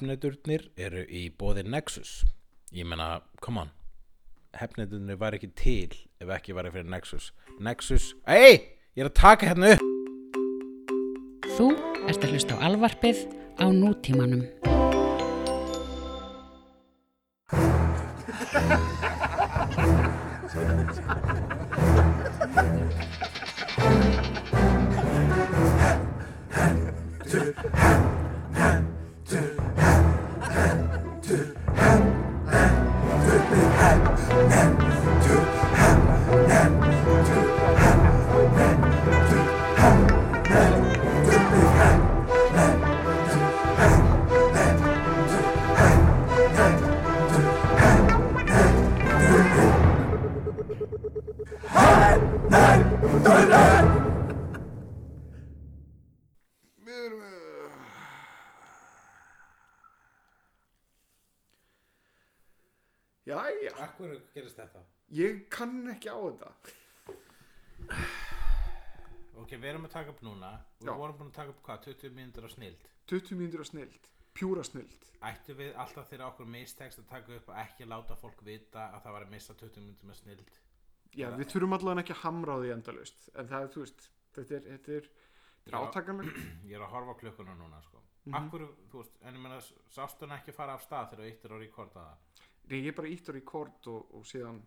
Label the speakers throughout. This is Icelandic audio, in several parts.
Speaker 1: hefnendurnir eru í bóði Nexus ég menna, come on hefnendurnir var ekki til ef ekki var fyrir Nexus Nexus, ei, ég er að taka hérna upp
Speaker 2: Þú ert að hlusta á alvarpið á nútímanum.
Speaker 3: Jæja,
Speaker 1: Akkur gerist þetta?
Speaker 3: ég kann ekki á þetta
Speaker 1: Ok, við erum að taka upp núna við
Speaker 3: Já.
Speaker 1: vorum búin að taka upp hvað, 20 mínútur á snild
Speaker 3: 20 mínútur á snild, pjúra snild
Speaker 1: Ættu við alltaf þegar okkur mistekst að taka upp að ekki láta fólk vita að það var að missa 20 mínútur með snild
Speaker 3: Já, við þurfum allavega ekki að hamra á því endalaust En það er, þú veist, þetta er, þetta er, þetta er
Speaker 1: Já.
Speaker 3: átakanlegt
Speaker 1: ég er að horfa á klukkuna núna sko. mm
Speaker 3: Mhm.
Speaker 1: Akkur, þú veist, en ég meina sástu hann ekki fara af stað þegar þú eittir að rekorda það
Speaker 3: Nei, ég bara ítt á rekord og, og síðan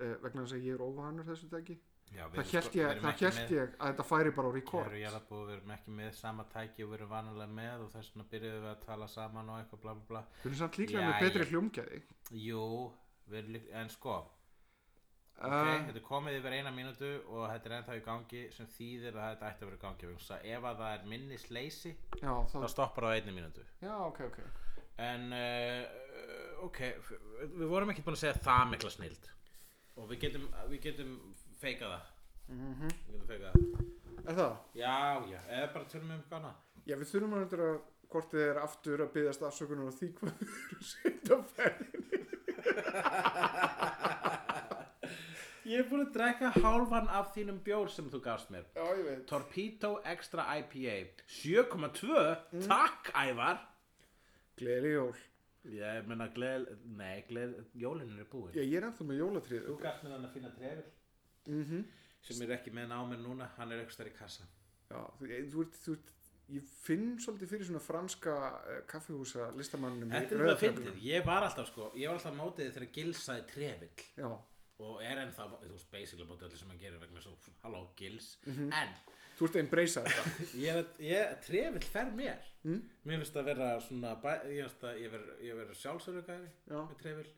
Speaker 3: eh, vegna þess að ég er óvanur þessu degi
Speaker 1: Já, við
Speaker 3: Það held ég, það held ég að þetta færi bara á rekord
Speaker 1: Kæru jarðabú, við erum ekki með sama tæki og við erum vanalega með og þess vegna byrjuðum við að tala saman og eitthvað bla bla bla
Speaker 3: Við erum samt líklega
Speaker 1: Já,
Speaker 3: með betri
Speaker 1: ég-
Speaker 3: hljómgæði
Speaker 1: Jú, við erum líka, en sko
Speaker 3: Uh,
Speaker 1: ok, þetta er komið yfir eina mínútu og þetta er ennþá í gangi sem þýðir að þetta ætti að vera í gangi vegna þess að ef að það er minnisleysi
Speaker 3: Já, það,
Speaker 1: þá stoppar það á einni mínútu
Speaker 3: já, ok, ok
Speaker 1: En uh, ok, f- við vorum ekki búin að segja það mikla snild og við getum, við getum feika það Við getum feika það
Speaker 3: Er það?
Speaker 1: Já, já, eða bara tölum við um gana
Speaker 3: Já, við þurfum að hundra hvort þið er aftur að byggðast afsökunar á því hvað þið eru seint að ferðin
Speaker 1: Ég er búin að drekka hálfan af þínum bjór sem þú gafst mér
Speaker 3: Já, ég veit
Speaker 1: Torpedo Extra IPA 7,2, takk Ævar
Speaker 3: Gleðileg jól
Speaker 1: Ég meina gleð, nei, gleð, jólinn er búin
Speaker 3: Já, ég er ennþá með jólatrið
Speaker 1: Þú gafst mér hann að finna trefil
Speaker 3: Mhm.
Speaker 1: sem er ekki með námið núna, hann er ekstra í kassa
Speaker 3: Já, þú, ég- þú ert, þú ert Ég finn svolítið fyrir svona franska uh, kaffihúsa listamannum í
Speaker 1: Þetta er
Speaker 3: Rauða
Speaker 1: það fyndið,
Speaker 3: treflinum.
Speaker 1: ég var alltaf sko, ég var alltaf mótið þegar gilsaði trefill
Speaker 3: Já,
Speaker 1: og er ennþá, þú veist, basically mótið allir sem hann gerir vegna svo, halló, gils, en
Speaker 3: þú ert að embracea þetta
Speaker 1: ég, er- ég, trefill fer mér, mér finnst að vera svona, bæ- ég finnst að ég vera, ég vera sjálfsörugæri
Speaker 3: Já.
Speaker 1: með trefill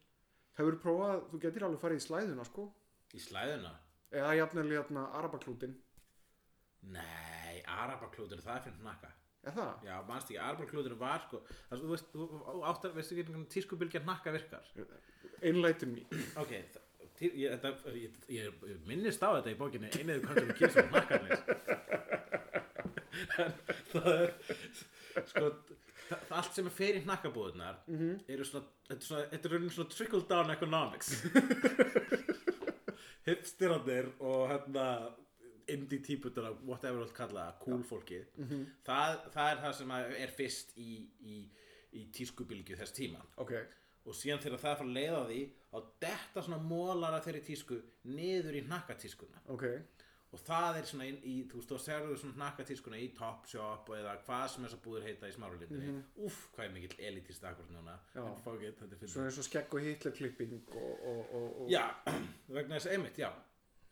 Speaker 3: Hefur prófað, þú getur alveg farið í slæðuna sko
Speaker 1: í slæðuna,
Speaker 3: Eða jafnilega hérna arabaklútin
Speaker 1: nei, arabaklútur, það er fyrir hnakka.
Speaker 3: Er það?
Speaker 1: Já, manst ekki, arabaklútur var sko, það, þú veist, þú þú áttar, veistu ekki hvernig tískubylgja hnakka virkar?
Speaker 3: Einlætum í
Speaker 1: Ok, þa- til- ég, þetta, ég, ég, ég minnist á þetta í bókinni einuðu kvöntum kýrsum og nakkarnir En það er sko, það, allt sem er fyrir nakkabúðunar eru svona, þetta er svona, þetta er raunin svona trickle down economics hipsterandir og hérna indie típutur að whatever þú vilt kalla það, cool fólkið það, það er það sem að er fyrst í, í, í tískubylgju þess tíma
Speaker 3: Ok,
Speaker 1: og síðan þegar það er að fara að leiða því þá detta svona mólara þeirri tísku niður í hnakkatískuna
Speaker 3: ok
Speaker 1: og það er svona í, í þú veist, þá serðu svona hnakkatískuna í Topshop eða hvað sem þess að búður heita í smáralindinni mm úff, hvað er mikill elitist akkur núna
Speaker 3: Já.
Speaker 1: en fuck it, þetta er fyrir
Speaker 3: Svona eins og skegg og hitlerklipping og, og, og, og
Speaker 1: já, vegna þess einmitt, já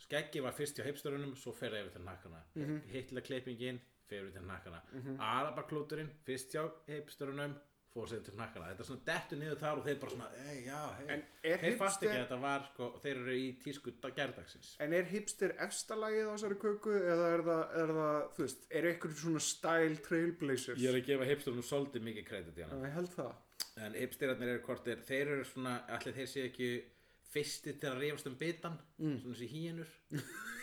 Speaker 1: skeggi var fyrst hjá hipstörunum, svo fer það yfir til nakkana mm
Speaker 3: Mhm.
Speaker 1: -hmm. hitlarklippingin fer yfir til nakkana arabaklúturinn, fyrst hjá hipstörunum fór sér til nakkana, þetta er svona dettu niður þar og þeir bara svona, ei, já, hei
Speaker 3: En er
Speaker 1: þeir fast ekki að
Speaker 3: hipster,
Speaker 1: þetta var, sko, þeir eru í tísku dag- gærdagsins
Speaker 3: en er hipster efsta lagið á þessari köku eða er það, er það, þú veist, er eitthvað svona style trailblazers?
Speaker 1: ég er að gefa hipsterunum svolítið mikið kredit í hana
Speaker 3: Ég held það.
Speaker 1: en hipsterarnir eru hvort er, þeir eru svona allir þeir séu ekki fyrsti til að rifast um bitan svona þessi hýjenur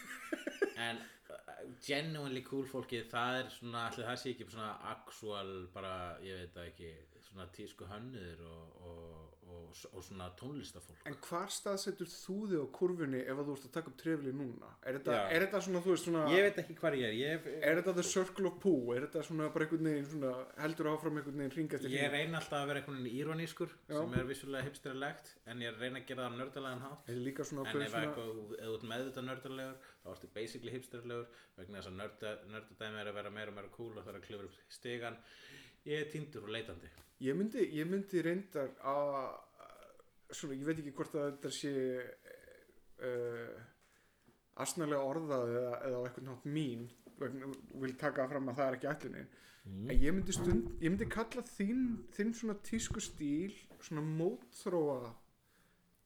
Speaker 1: en uh, genuinely cool fólkið það er svona allir það sé ekki svona actual bara, ég veit það ekki svona tísku hönnuður og, og, og, og svona tónlistafólk
Speaker 3: En hvar staðsetur þú þig á kurfunni ef að þú ert að taka upp trefli núna? Er þetta,
Speaker 1: Já.
Speaker 3: er þetta svona, þú veist, svona
Speaker 1: Ég veit ekki hvar ég er Ég,
Speaker 3: Er þetta the circle of poo? Er þetta svona bara einhvern veginn svona heldur áfram einhvern veginn ringa eftir
Speaker 1: ég
Speaker 3: hring?
Speaker 1: reyna alltaf að vera einhvern veginn íronískur
Speaker 3: Já.
Speaker 1: sem er vissulega hipsterlegt en ég reyna að gera það á nördalegan hátt
Speaker 3: Er þetta líka svona
Speaker 1: en
Speaker 3: ákveðin
Speaker 1: ef
Speaker 3: svona
Speaker 1: eitthvað, ef þú ert meðvitað nördalegur þá ertu basically hipsterlegur vegna þess að nörda, nördadæmi er að vera meira og meira cool og það er að klifra upp stigan ég er tindur og leitandi
Speaker 3: Ég myndi, ég myndi reyndar að svona, ég veit ekki hvort að þetta sé uh, asnalega orðað eða, eða á eitthvað nátt mín vegna, vil taka fram að það er ekki ætlinni
Speaker 1: Mm.
Speaker 3: en ég myndi, stund, ég myndi kalla þín, þín svona tísku stíl svona mótþróa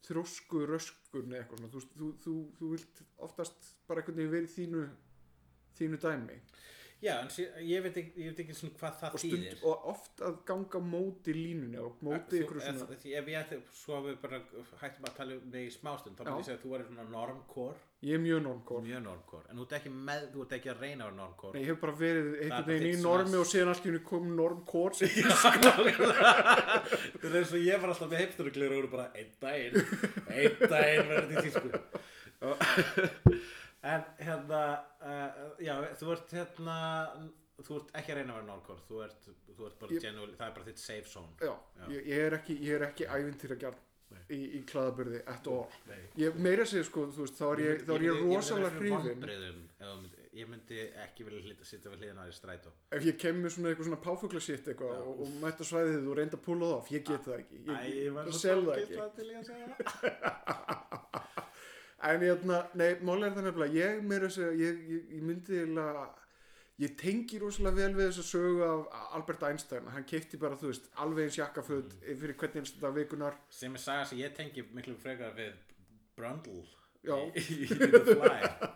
Speaker 3: þrósku röskun eða eitthvað svona þú, þú, þú, þú vilt oftast bara einhvern veginn verið þínu þínu dæmi
Speaker 1: já, en sé, ég veit ekki, ég veit ekki svona hvað það
Speaker 3: og, stund,
Speaker 1: þýðir
Speaker 3: og oft að ganga á móti línunni og móti
Speaker 1: Þú-
Speaker 3: ykkur
Speaker 1: ef,
Speaker 3: svona
Speaker 1: ef, ef ég ætti svo að við bara hættum að tala um mig í smástund þá
Speaker 3: Já.
Speaker 1: myndi ég segja að þú erir svona normcore
Speaker 3: ég er mjög normkór
Speaker 1: mjög normcore, en þú ert ekki, með, þú ert ekki að reyna að vera normcore
Speaker 3: Nei, ég hef bara verið
Speaker 1: Það er
Speaker 3: einhvern veginn í
Speaker 1: þitt svona-
Speaker 3: normi og síðan allt í henni kom normkór sem
Speaker 1: Það er eins og ég var alltaf með hipsteruglir og eru bara einn daginn, einn daginn verður þetta í tísku. En hérna, uh, já, þú ert hérna, þú ert ekki að reyna að vera norkor, þú ert, þú ert bara
Speaker 3: Ég-
Speaker 1: genuine, það er bara þitt safe zone.
Speaker 3: Já, ég, ég er ekki, ég er ekki ævintýra í, í klæðaburði at all
Speaker 1: Nei.
Speaker 3: ég meira segja sko, þú veist, þá er ég, þá er ég rosalega hrifin
Speaker 1: hrifin. Ég myndi ekki vilja hlita, sitja við hliðina á þér í strætó.
Speaker 3: ef ég kem með svona eitthvað svona páfugla shit eitthvað og, og mæta svæðið og reynda að púla það off ég get það ekki, ég, ég, ég sel það ekki
Speaker 1: til ég að segja það.
Speaker 3: En hérna, nei, máli er það nefnilega, ég meira þess að, ég, ég, ég myndi eiginlega, ég tengi rosalega vel við þess að sögu af Albert Einstein, hann keipti bara, þú veist, alveg eins jakkaföld
Speaker 1: Mm.
Speaker 3: fyrir hvernig einstu dag vikunar,
Speaker 1: Sem er saga sem ég tengi miklu frekar við Brundle
Speaker 3: Já.
Speaker 1: í, í, í The Fly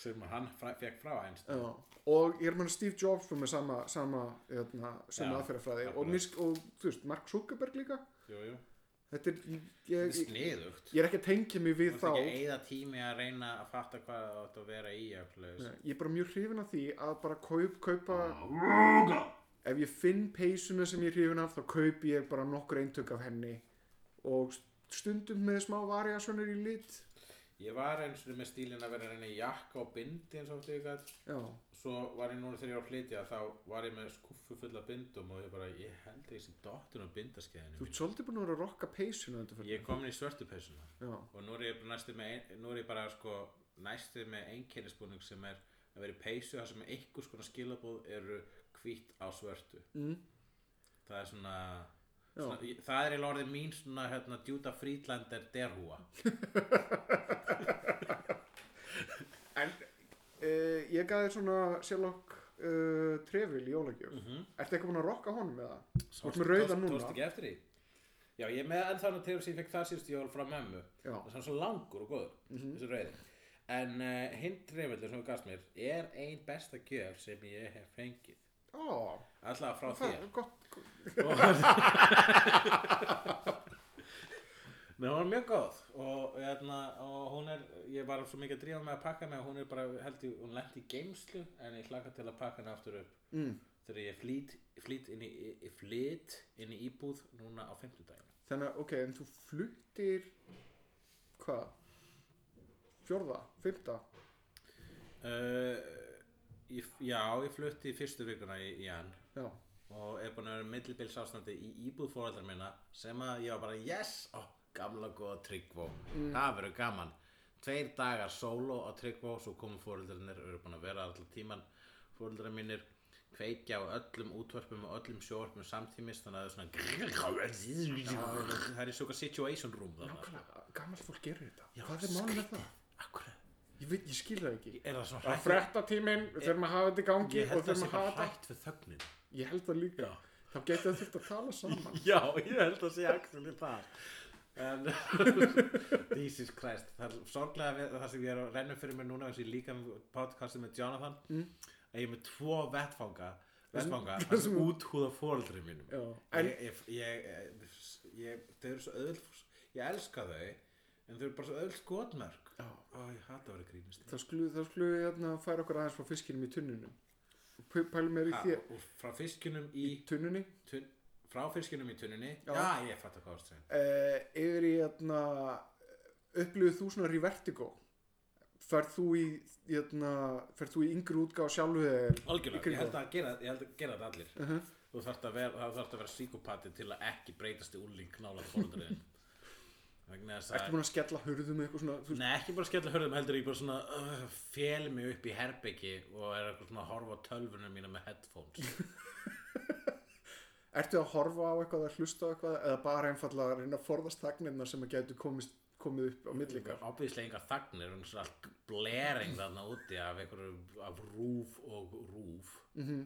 Speaker 1: sem hann fra, fekk frá
Speaker 3: já,
Speaker 1: Einstein.
Speaker 3: og ég er mann Steve Jobs var með sama, sama, hérna, sem
Speaker 1: Já,
Speaker 3: aðferðafræði og,
Speaker 1: akkurat.
Speaker 3: misk, og, þú veist, Mark Zuckerberg líka,
Speaker 1: Jú, jú.
Speaker 3: þetta er, ég,
Speaker 1: Þetta er
Speaker 3: ég,
Speaker 1: sniðugt.
Speaker 3: ég er ekki að tengja mig
Speaker 1: Þú
Speaker 3: við
Speaker 1: ert
Speaker 3: þá,
Speaker 1: ekki að eyða tími að reyna að fatta hvað það átt að vera í
Speaker 3: Nei,
Speaker 1: öflöðis.
Speaker 3: ég er bara mjög hrifin af því að bara kaup, kaupa ef ég finn peysuna sem ég er hrifin af þá kaupi ég bara nokkur eintök af henni og stundum með smá variasjónir í lit
Speaker 1: Ég var eins og með stílinn að vera að reyna í jakka og bindi eins og allt ykkar.
Speaker 3: já,
Speaker 1: Svo var ég núna þegar ég var að flytja þá var ég með skuffu fulla bindum og ég bara, ég held að ég sem dottin á bindaskeiðinu
Speaker 3: þú
Speaker 1: mínu.
Speaker 3: ert svolítið búin að vera að rokka peysuna þetta fyrir
Speaker 1: Ég er komin í svörtu peysuna
Speaker 3: já,
Speaker 1: og nú er ég næstu með, ein- nú er ég bara sko næstu með einkennisbúning sem er að vera í peysu þar sem einhvers konar skilabóð eru hvítt á svörtu.
Speaker 3: mm,
Speaker 1: það er svona,
Speaker 3: Já.
Speaker 1: svona ég- það er í orðið mín svona hérna, djúta frítlander derhúa
Speaker 3: en uh, ég gaði svona Sherlock uh, Trevil í jólagjöf mm -hmm. ertu eitthvað búin að rokka honum með það? þú ert með rauða
Speaker 1: Tókst-
Speaker 3: núna
Speaker 1: tókst ekki eftir því já ég er með ennþá hann til sem ég fekk þar síðust jól frá mömmu
Speaker 3: Já. Mhm.
Speaker 1: það er svona svo langur og góður þessi rauði en uh, hinn trefellur sem þú gafst mér er ein besta gjöf sem ég hef fengið
Speaker 3: ó,
Speaker 1: alltaf frá
Speaker 3: það
Speaker 1: þér
Speaker 3: er gott
Speaker 1: Nei, hún var mjög góð og, hérna, og hún er, ég var svo mikið að drífa með að pakka mig og hún er bara, held ég, hún lent í geimslu en ég hlakka til að pakka henni aftur upp
Speaker 3: mm.
Speaker 1: þegar ég flýt, flýt, inn, í, í- flýt inn í íbúð núna á fimmtudaginn.
Speaker 3: Þannig að, ok, en þú fluttir hvað? Fjórða? Fymta?
Speaker 1: Uh, ég, já, ég flutti í fyrstu vikuna í, í hann
Speaker 3: Já.
Speaker 1: og er búin að vera millibils ástandi í íbúð fórældrar minna sem að ég var bara, yes, ó, gamla góða tryggvó,
Speaker 3: Mm.
Speaker 1: það verður gaman. Tveir dagar sóló á tryggvó, svo komu fóreldrarnir, eru búin að vera allan tíman, fóreldrar mínir kveikja á öllum útvarpum og öllum sjóvarpum samtímis, þannig að það er svona, það er í svona situation room þarna.
Speaker 3: Gammalt fólk gerir þetta.
Speaker 1: Já,
Speaker 3: Hvað er málið með það?
Speaker 1: Akkur,
Speaker 3: Ég veit, ég skil það ekki.
Speaker 1: er það svona
Speaker 3: Það er
Speaker 1: hrætt?
Speaker 3: frekta tíminn, við þurfum að hafa þetta í gangi
Speaker 1: Ég
Speaker 3: og
Speaker 1: held það
Speaker 3: þurfum
Speaker 1: sé
Speaker 3: að
Speaker 1: bara
Speaker 3: hafa þetta.
Speaker 1: hrætt við þögnin.
Speaker 3: Ég held það líka.
Speaker 1: Já.
Speaker 3: Þá getur það þurft að tala saman.
Speaker 1: Já, ég held að sé actually það En Jesus Christ Það er sorglega við, það sem ég er að renna fyrir mér núna eins og ég líka með podcastið með Jonathan mm. að ég er með tvo vettfanga vettfanga að
Speaker 3: þessum-
Speaker 1: úthúða fóreldri mínum
Speaker 3: Já. En,
Speaker 1: ég, ég, ég, ég, þau eru svo öðl ég elska þau en þau eru bara svo öðl skotmörk
Speaker 3: Já.
Speaker 1: Ó, ég hata að vera grínist
Speaker 3: þá skulum þá skulum við hérna færa okkur aðeins frá fiskinum í tunnunum. Pælum er í
Speaker 1: Ha,
Speaker 3: þér.
Speaker 1: og frá fiskunum í
Speaker 3: Tunnunni?
Speaker 1: tun, frá fiskinum í tunnunni
Speaker 3: Já.
Speaker 1: já, ég fatt að hvað það er
Speaker 3: uh, yfir í hérna, upplifið þú svona revertigo ferð þú í hérna, ferð þú í yngri útgáð sjálfu þegar Í
Speaker 1: algjörlega,
Speaker 3: kringum
Speaker 1: ég held að gera, ég held að gera þetta allir
Speaker 3: Mhm.
Speaker 1: þú þarft að vera, það þarft að vera psíkopati til að ekki breytast í úrling knála fórundriðin vegna þess
Speaker 3: ertu
Speaker 1: að
Speaker 3: búin að skella hurðum eitthvað svona þú,
Speaker 1: Nei, ekki bara skella hörðum, heldur ég bara svona uh, fél mig upp í herbyggi og er eitthvað svona að horfa á tölvunum mína með headphones
Speaker 3: ertu að horfa á eitthvað að hlusta á eitthvað eða bara einfallega að reyna að forðast þagnirna sem að getur komist, komið upp á millingar
Speaker 1: Obvíslega engar þagnir, hún er svona allt blering þarna úti af einhverju af rúf og rúf mm
Speaker 3: Mhm.
Speaker 1: -hmm.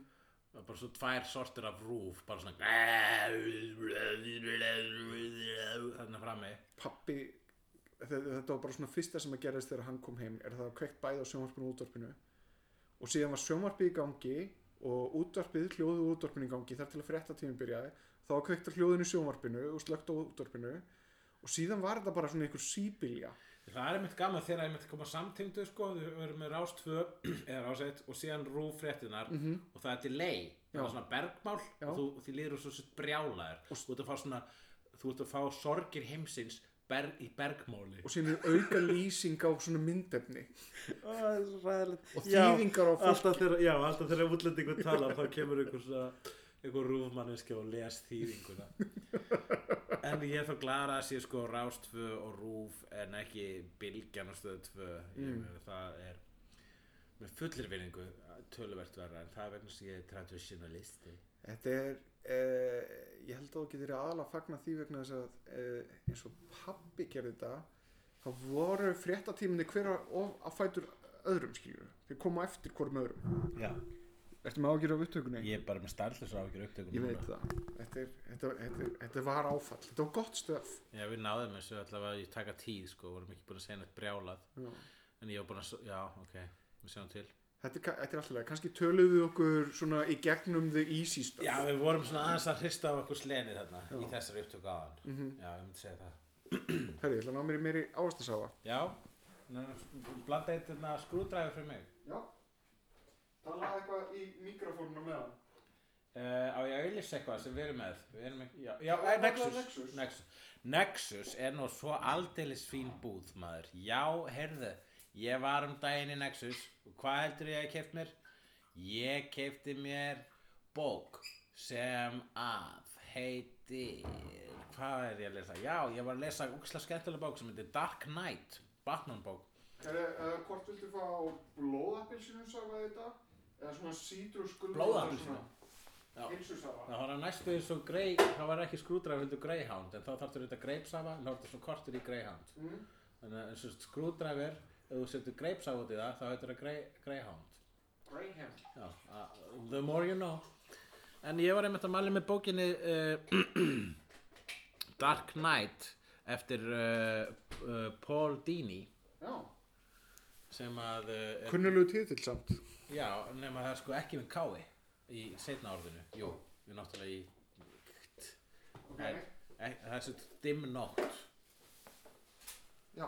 Speaker 1: bara svo tvær sortir af rúf bara svona þarna frammi
Speaker 3: pappi þetta þetta var bara svona fyrsta sem að gerðist þegar hann kom heim er það að kveikt bæði á sjónvarpinu og útvarpinu og síðan var sjónvarpið í gangi og útvarpið, hljóðu útvarpinu í gangi þar til að frétta tímum byrjaði þá var kveikt að hljóðinu í sjónvarpinu og slögt á útvarpinu og síðan var þetta bara svona einhver síbilja
Speaker 1: Það er einmitt gaman þegar einmitt koma samtingdu sko, við erum með rás 2 eða rás 1 og síðan rúf fréttinar
Speaker 4: Mhm.
Speaker 1: og það er delay, það
Speaker 3: Já.
Speaker 1: er svona bergmál
Speaker 3: Já.
Speaker 1: og þú, og því líður þú svo brjálaður og þú ert að fá svona, þú ert að fá sorgir heimsins berg, í bergmáli
Speaker 3: og síðan er auka lýsing á svona myndefni
Speaker 4: Ó, það er svo hræðilegt.
Speaker 3: og þýðingar á
Speaker 4: já,
Speaker 3: fólk
Speaker 4: alltaf þeirra, já, alltaf þeirra útlendingu tala
Speaker 1: þá kemur einhver, svona- einhver rúfmanniski og les þýðinguna en ég er þá glara að sé sko rás 2 og rúf en ekki bylgjan og stöðu 2 mm. það er með fullir vinningu töluvert verra en það er vegna sem ég er traditionalisti
Speaker 3: Þetta er, eh, ég held að þú getur aðalega fagna því vegna þess að eh, eins og pabbi gerði þetta, þá voru fréttatíminni hver á- of- á fætur öðrum skilur. Þeir koma eftir hvorm öðrum.
Speaker 1: Já,
Speaker 3: Ertu með ágjur af upptökunni?
Speaker 1: ég er bara með starðlisra ágjör upptökum
Speaker 3: Ég veit það. Þetta, er, þetta, þetta, er- þetta var áfall. Þetta var gott stöf.
Speaker 1: Já, við náðum þessu allavega ég taka tíð sko, vorum ekki búin að segja neitt brjálað
Speaker 3: Já.
Speaker 1: en ég var búin að, s- já, ok, við sjáum til
Speaker 3: Þetta er, ka- þetta er alltaf, kannski töluðu við okkur svona í gegnum the easy stuff.
Speaker 1: Já, við vorum svona aðeins að hrista á okkur slenið þarna í þessari upptöku aðan Já, ég myndi segja það
Speaker 3: Mhm. Herri, ég ætla að ná mér í meiri ávastasáfa.
Speaker 1: Já, nú- blanda eitt þarna skrúdræfi fyrir mig
Speaker 3: Já. Talaði eitthvað í mikrofónum meðan.
Speaker 1: Uh, á ég að auðlýsa eitthvað sem við erum með við erum ekki, já, já,
Speaker 3: Það er
Speaker 1: Nexus,
Speaker 3: Nexus.
Speaker 1: Nexus Nexus er nú svo aldeilis fín búð maður já, heyrðu, ég var um daginn í Nexus og hvað heldur ég að keft mér? ég kefti mér bók sem að heitir hvað er ég að lesa? já, ég var að lesa úksla skemmtilega bók sem heitir Dark Knight Batman bók
Speaker 3: Er, uh, hvort viltu fá blóðappilsinu safa þetta? Eða svona sítrus
Speaker 1: Blóðappelsínu? Já.
Speaker 3: Hilsusafa?
Speaker 1: Það var næstu eins og grey, það var ekki skrúdræður heldur greyhound, en þá þarftur þetta greipsafa, þá er þetta svo kortur í greyhound. Mm. Þannig að eins og skrúdræður, ef þú setur greipsafa út í það, þá heitir það grey, greyhound.
Speaker 3: Graham.
Speaker 1: Já, uh, the more you know. En ég var einmitt að mæli með bókinni uh, Dark Knight eftir uh, uh, Paul Dini
Speaker 3: Já.
Speaker 1: sem að, uh, er,
Speaker 3: Kunnulegu títill samt.
Speaker 1: já, nema það er sko ekki með kái í seinna orðinu, jú, við náttúrulega í
Speaker 3: Okay.
Speaker 1: Ek- það er svo dimm nótt
Speaker 3: Já.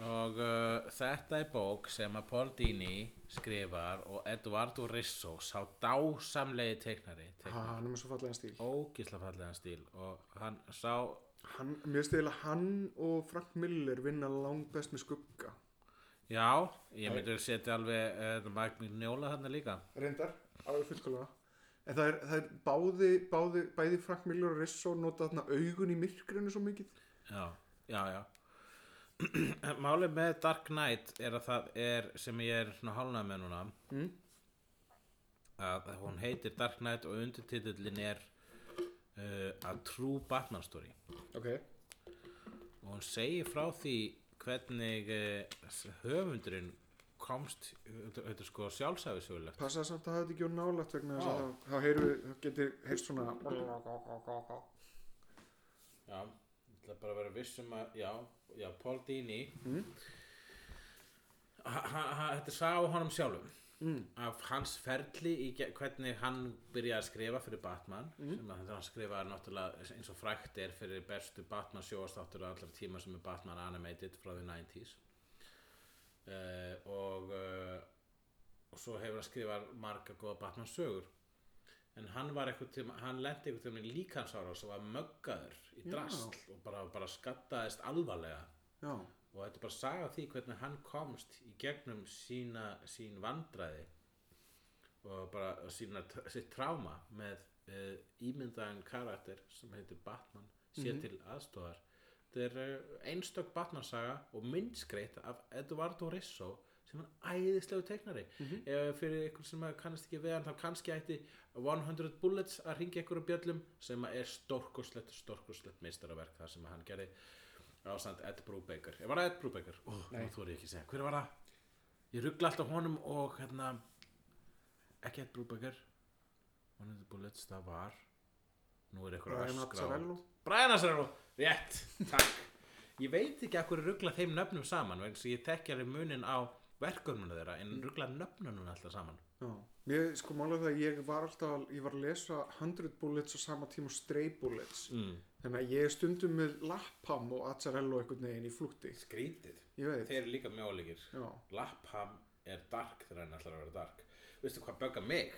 Speaker 1: og uh, þetta er bók sem að Paul Dini skrifar og Eduardo Risso sá dásamlegi teiknari
Speaker 3: Ha,
Speaker 1: teiknari,
Speaker 3: hann er með svo fallega stíl.
Speaker 1: ógisla fallega stíl og hann sá
Speaker 3: Hann, mér finnst eiginlega hann og Frank Miller vinna langbest með skugga.
Speaker 1: já, ég myndi að setja alveg uh, Magni Njóla þarna líka
Speaker 3: Reyndar, alveg fullkóla. En það er, það er báði, báði, bæði Frank Miller og Risso nota þarna augun í myrkrinu svo mikið.
Speaker 1: já, já, já málið með Dark Knight er að það er sem ég er svona hálnað með núna
Speaker 3: Mm.
Speaker 1: að hún heitir Dark Knight og undirtitillin er uh, A True Batman Story
Speaker 3: Ok.
Speaker 1: og hún segir frá því hvernig uh, höfundurinn komst þetta þetta er sko sjálfsæfisögulegt
Speaker 3: Passaði samt að hafa þetta ekki á nálægt vegna þess
Speaker 1: Já.
Speaker 3: að þá- þá heyrðu, þá getur heyrst svona...
Speaker 1: já, ég ætla bara að vera viss um að já, já Paul Dini mm. þetta sá honum sjálfum
Speaker 3: Mm.
Speaker 1: af hans ferli í ge- hvernig hann byrjaði að skrifa fyrir Batman
Speaker 3: Mm.
Speaker 1: sem að hann skrifaði náttúrulega eins og frækt er fyrir bestu Batman sjóastáttur allar tíma sem er Batman animated frá því 90s uh, og uh, og svo hefur hann skrifað marga góða Batman sögur en hann var eitthvað tíma, hann lendi eitthvað tíma líkansára sem var möggaður í
Speaker 3: Já.
Speaker 1: drasl og bara, bara skattaðist alvarlega
Speaker 3: já,
Speaker 1: og þetta er bara saga af því hvernig hann komst í gegnum sína, sín vandræði og bara sína, sitt tráma með uh, ímyndaðan karakter sem heitir Batman sér til aðstofar þetta er uh, einstök Batman saga og myndskreitt af Eduardo Risso sem er æðislegu teiknari ef fyrir ykkur sem kannast ekki við hann þá kannski ætti 100 Bullets að ringa ykkur á bjöllum sem er stórkoslegt stórkoslegt meistaraverk það sem hann gerði ásand Ed Brubaker var það Ed Brubaker? Ó, nú þú er ég ekki að segja hver var það? ég ruggla alltaf honum og hérna ekki Ed Brubaker 100 Bullets það var nú er ykkur
Speaker 3: Brian
Speaker 1: öskrað.
Speaker 3: Azzarello.
Speaker 1: Brian Azzarello rétt, takk ég veit ekki að hverju ruggla þeim nöfnum saman vegna sem ég tekja alveg munin á verkefnuna þeirra en ruggla nöfnunum alltaf saman
Speaker 3: já mér sko málega það að ég var alltaf ég var að lesa 100 bullets á sama tíma og stray bullets
Speaker 1: mm.
Speaker 3: þannig að ég er stundum með lappam og azzarello einhvern veginn í flútti
Speaker 1: skrítið
Speaker 3: ég veit,
Speaker 1: þeir eru líka mjög ólíkir
Speaker 3: já,
Speaker 1: Lapham er dark þegar hann ætlar að vera dark veistu hvað böggar mig?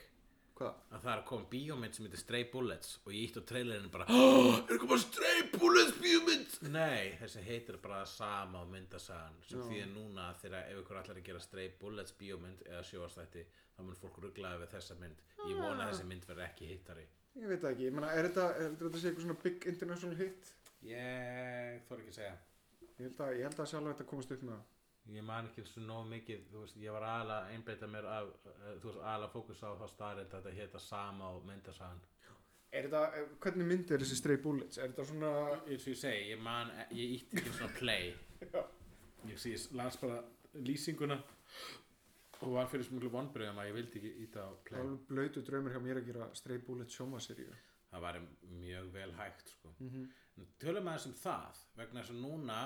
Speaker 3: hvað
Speaker 1: að það er að koma bíómynd sem heitir Stray Bullets og ég ítt á trailerinu bara "Ah, er koma Stray Bullets bíómynd nei, þessi heitir bara það sama á myndasagan sem
Speaker 3: Já.
Speaker 1: þýðir núna að þegar ef ykkur allar að gera Stray Bullets bíómynd eða sjóastætti þá mun fólk rugglaði við þessa mynd ég vona að þessi mynd verður ekki hittari
Speaker 3: Ég veit það ekki, ég meina, er þetta, er þetta sé eitthvað svona big international hit?
Speaker 1: ég þór ekki að segja
Speaker 3: Ég held að, ég held að sjálf þetta komast upp með það.
Speaker 1: ég man ekki svo nóg mikið þú veist, ég var aðalega að einbeita mér af eh, þú veist, aðalega að fókus á þá starrið þetta heita sama á myndasagan
Speaker 3: Er þetta, eh, hvernig mynd er þessi Stray Bullets? Er þetta svona,
Speaker 1: eins og ég segi, ég man, ég ítti ekki svona play ég sé, ég las bara lýsinguna og var fyrir smuglu vonbröðum að ég vildi ekki íta á play
Speaker 3: alveg blöytu draumur hjá mér að gera Stray Bullets sjómaseríu?
Speaker 1: það var mjög vel hægt sko.
Speaker 3: Mm -hmm.
Speaker 1: En tölum aðeins um það vegna þess að núna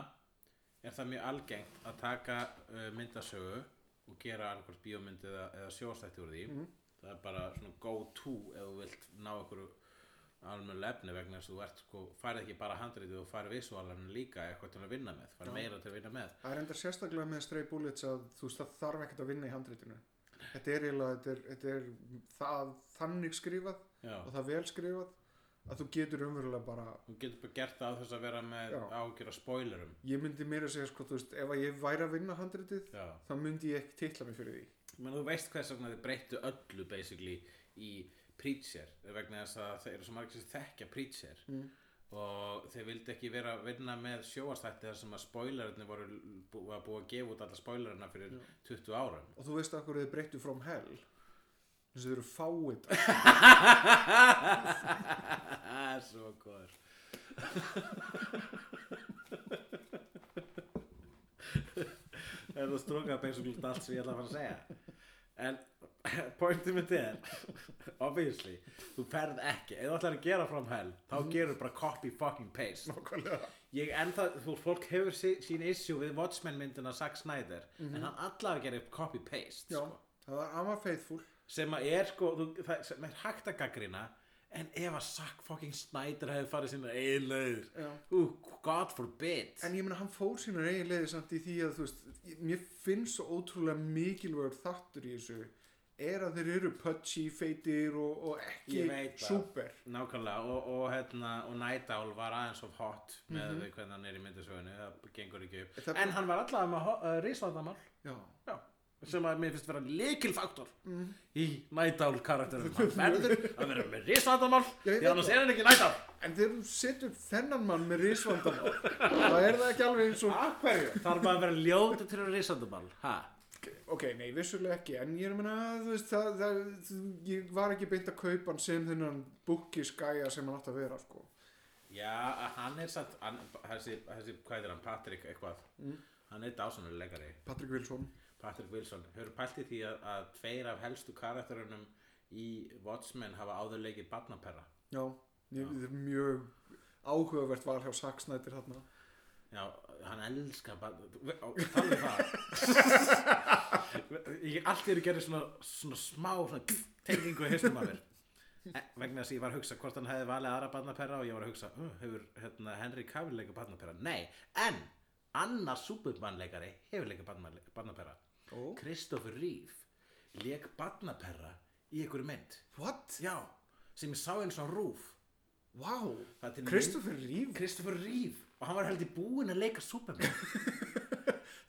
Speaker 1: er það mjög algengt að taka uh, myndasögu og gera annars bíómynd eða, eða sjóstætti úr því það er bara svona go to ef þú vilt ná einhverju almenn lefni vegna þess að þú ert sko, færið ekki bara handritið og færið visualarinn líka eitthvað til að vinna með, færið meira til að vinna með
Speaker 3: Það er enda sérstaklega með Stray Bullets að þú veist, það þarf ekkert að vinna í handritinu. Þetta er eiginlega, þetta er, þetta er það, þannig skrifað
Speaker 1: Já,
Speaker 3: og það vel skrifað að þú getur umverulega bara
Speaker 1: þú getur bara gert það á þess að vera með
Speaker 3: Já.
Speaker 1: ágjur af spoilerum
Speaker 3: Ég myndi meira að segja, sko, þú veist, ef að ég væri að vinna handritið,
Speaker 1: Já,
Speaker 3: þá myndi ég ekki titla mig fyrir því.
Speaker 1: menn þú veist hvers vegna þið breyttu öllu basically í Preacher vegna þess að það eru svo margir sem þekkja Preacher
Speaker 3: Mm.
Speaker 1: og þeir vildi ekki vera að vinna með sjóastætti þar sem að spoilerarnir voru bú, var búið að gefa út alla spoilerarna fyrir 20 árum
Speaker 3: og þú veist að hverju þið breyttu from hell þess að þið eru fáið
Speaker 1: Svo góður Eða strókaði basically allt sem ég ætla að fara að segja En pointið mitt er Obviously Þú ferð ekki, ef þú ætlar að gera from hell Þá gerur bara copy fucking paste
Speaker 3: Mhm. nákvæmlega
Speaker 1: Ég ennþá, þú fólk hefur sí- sín issue við Watchmen myndina Zack Snyder En hann allavega gerir copy paste
Speaker 3: Mhm. já,
Speaker 1: sko
Speaker 3: það var amma faithful
Speaker 1: sem að er sko þú, það, sem er hægt að gaggrina en ef að Zack fucking Snyder hefði farið sinna eigin leiður
Speaker 3: já.
Speaker 1: Ooh, God forbid
Speaker 3: en ég meina hann fór sínar eigin leiði samt í því að þú veist, ég- mér finnst svo ótrúlega mikilvægur þáttur í þessu er að þeir eru pudgy, feitir og, og
Speaker 1: Ég
Speaker 3: ekki
Speaker 1: veit það.
Speaker 3: super
Speaker 1: nákvæmlega og, og, hérna, og Night Owl var aðeins of hot með
Speaker 3: Mhm.
Speaker 1: við hvernig hann er í myndisögunni það gengur ekki upp
Speaker 3: Það-
Speaker 1: en hann var allavega með ho- uh, risvandamál
Speaker 3: já,
Speaker 1: Já, sem að mér finnst vera leikilfaktor
Speaker 3: Mhm.
Speaker 1: í Night Owl karakterinu hann verður að vera með risvandamál
Speaker 3: Ég veit
Speaker 1: því annars
Speaker 3: það.
Speaker 1: er hann ekki Night Owl
Speaker 3: en þeir setja upp þennan mann með risvandamál það er það ekki alveg eins
Speaker 1: að
Speaker 3: og
Speaker 1: hverju? þarf maður að vera ljóta til að risvandamál ha?
Speaker 3: ok, nei, vissulega ekki en ég er að meina, þú veist það, það, þú- ég var ekki beint að kaupa hann sem þennan búkiskæja sem hann átt að vera sko.
Speaker 1: Já, að hann er satt hann, þessi, þessi, hvað er hann, Patrick eitthvað hann er dásunulegari
Speaker 3: Patrick Wilson
Speaker 1: Patrick Wilson, hefur pælt í því að, að tveir af helstu karakterunum í Watchmen hafa áður leikið barnaperra
Speaker 3: já, ég, það er mjög áhugavert val hjá Zack Snyder þarna
Speaker 1: Já, hann elskar barn- Ó, Þannig það Ég allt er að gera svona, svona smá svona tengingu í haustum af mér Eh, vegna þess að ég var að hugsa hvort hann hefði valið aðra barnaperra og ég var að hugsa, uh, hefur hérna, Henry Cavill leika barnaperra? Nei, en annar supermannleikari hefur leika barna- barnaperra
Speaker 3: Ó.
Speaker 1: Kristoffer Reeve leik barnaperra í einhverju mynd
Speaker 3: what?
Speaker 1: Já, sem ég sá eins og hann rúf
Speaker 3: Vá,
Speaker 1: Það er til mynd-
Speaker 3: Kristoffer Reeve
Speaker 1: Christopher Reeve og hann var heldur búinn að leika Superman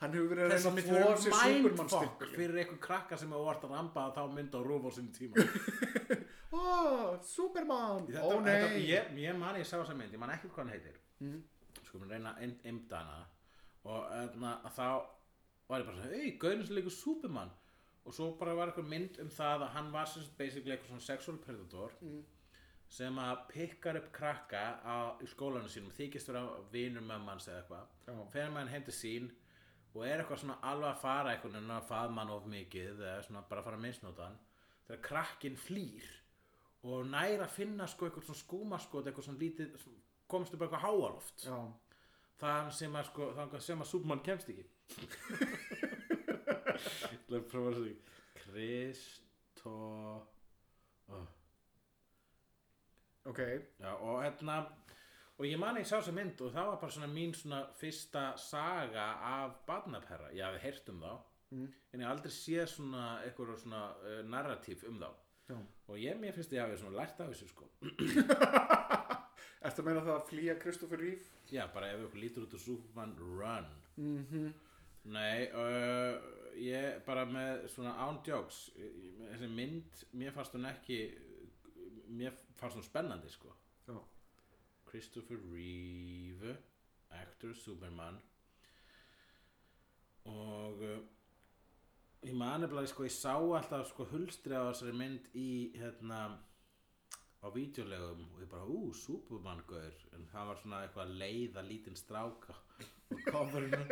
Speaker 3: Hann hefur verið að reyna
Speaker 1: þessi
Speaker 3: að mynda um sig
Speaker 1: fór mindfuck
Speaker 3: Superman-stimpil
Speaker 1: fyrir einhver krakka sem hefur vart að ramba að þá mynd á rúf á sinni tíma
Speaker 3: Ó, Superman,
Speaker 1: Þetta-
Speaker 3: ó
Speaker 1: þetta-
Speaker 3: nei Mhm.
Speaker 1: ég, ég man að ég sá þessa mynd, ég man ekki hvað hann heitir sko mér reyna að imda hana og öðna, þá var ég bara svona, ei, gauðin sem leikur Superman og svo bara var eitthvað mynd um það að hann var sem sagt basically eitthvað svona sexual predator
Speaker 3: Mhm.
Speaker 1: sem að pikkar upp krakka á, í skólanu sínum þykist vera vinur mömmans eða
Speaker 3: Já.
Speaker 1: eitthvað fer með hann heim til sín og er eitthvað svona alveg að fara eitthvað en að faðma hann of mikið eða svona bara að fara að misnóta hann þegar krakkin flýr og nær að finna sko eitthvað svona skúmaskot eitthvað svona lítið komst upp á eitthvað háaloft
Speaker 3: Já,
Speaker 1: þann sem að sko, þann sem að Superman kemst ekki Það er prófa að segja Kristó oh.
Speaker 3: ok
Speaker 1: Já, og hérna og ég man að ég sá þessa mynd og það var bara svona mín svona fyrsta saga af barnaperra, ég hafði heyrt um þá
Speaker 3: Mm.
Speaker 1: en ég haf aldrei séð svona eitthvað svona uh, narratíf um þá
Speaker 3: Já.
Speaker 1: og ég mér finnst að ég hafi svona lært af þessu sko
Speaker 3: Ertu að meina það að flýja Kristoffer Reeve?
Speaker 1: já, bara ef ykkur lítur út úr Superman, run
Speaker 3: Mhm
Speaker 1: Nei, uh, ég bara með svona ándjóks þessi mynd, mér fannst hún ekki mér fannst hún spennandi sko
Speaker 3: Já.
Speaker 1: Christopher Reeve actor, Superman og uh, ég man nefnilega sko, ég sá alltaf sko hulstri á þessari mynd í hérna á vídeolegum og ég bara, ú, Superman gaur en það var svona eitthvað að leiða lítinn stráka og coverinu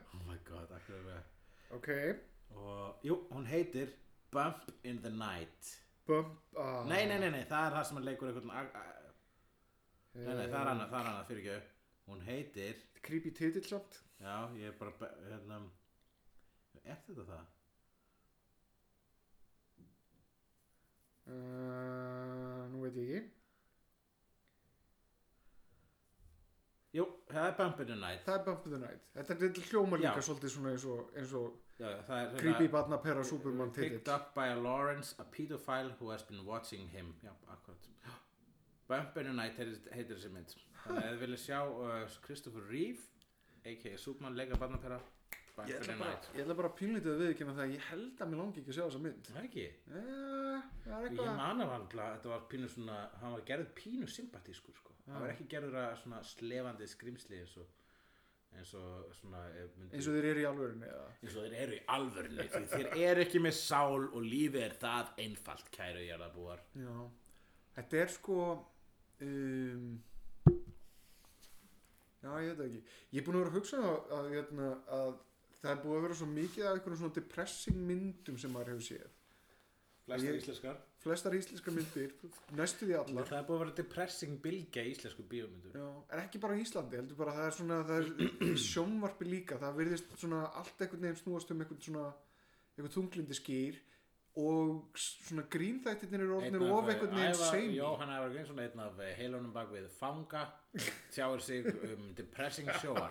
Speaker 1: oh my god, akkur er það
Speaker 3: Ok,
Speaker 1: og, jú, hún heitir Bump in the Night
Speaker 3: bump ah.
Speaker 1: nei, nei, nei, nei, það er það sem hann leikur einhvern a- a- nei, nei, það er annað, það er annað, fyrir ekki hún heitir,
Speaker 3: Eh, Creepy titill samt
Speaker 1: já, ég er bara be- hérna, er þetta það?
Speaker 3: uh, Nú veit ég ekki
Speaker 1: jú, það er Bump in the Night
Speaker 3: Það er Bump of the Night Þetta er þetta hljóma líka
Speaker 1: Já.
Speaker 3: svolítið svona eins og, eins og
Speaker 1: já, það er hérna-
Speaker 3: Creepy barna pera Superman
Speaker 1: Picked
Speaker 3: titill
Speaker 1: up by a Lawrence, a pedophile who has been watching him Já, akkurat Bumpinu Night heitir, heitir þessi mynd Þannig að þið viljið sjá uh, Christopher Reeve a.k.a. Superman, leika barnapera
Speaker 3: Ég ætla
Speaker 1: Bumpinu
Speaker 3: bara,
Speaker 1: Night
Speaker 3: ég ætla bara pínlítið að við ekki með það að Ég held að mér langi ekki að sjá þessa mynd
Speaker 1: Það er ekki
Speaker 3: Eh,
Speaker 1: Ég
Speaker 3: Það er eitthvað
Speaker 1: man af alltaf að þetta var pínu svona hann var gerð pínu sympatískur sko hann var ekki gerður að svona slefandi skrimsli eins og eins og svona eh, myndi-
Speaker 3: Eins og þeir eru í alvörunni eða
Speaker 1: eins og þeir eru í alvörni því þeir eru ekki með sál og lífið er það einfalt kæru jarðabúar
Speaker 3: Já Þetta er sko um, Já, ég veit það ekki Ég er búin að vera að hugsa að, að, hérna, að það er búið að vera svo mikið af einhvern svona depressing myndum sem maður hefur séð
Speaker 1: flestir
Speaker 3: Ég-
Speaker 1: íslenskar
Speaker 3: flestar íslenskar myndir, næstu því allar
Speaker 1: Það er búið að vera depressing bylgja í íslensku bíómyndur
Speaker 3: Já, en ekki bara á Íslandi, heldur bara að það er svona það er sjónvarpi líka, það virðist svona allt einhvern veginn snúast um einhvern svona einhvern þunglindi skýr og s- svona grínþættirnir eru orðnir
Speaker 1: Einn af,
Speaker 3: of einhvern veginn
Speaker 1: Ævar-
Speaker 3: seimi
Speaker 1: Jóhann Ævar Grímsson, einn af heilunum bak við fanga tjáir sig um depressing sjóar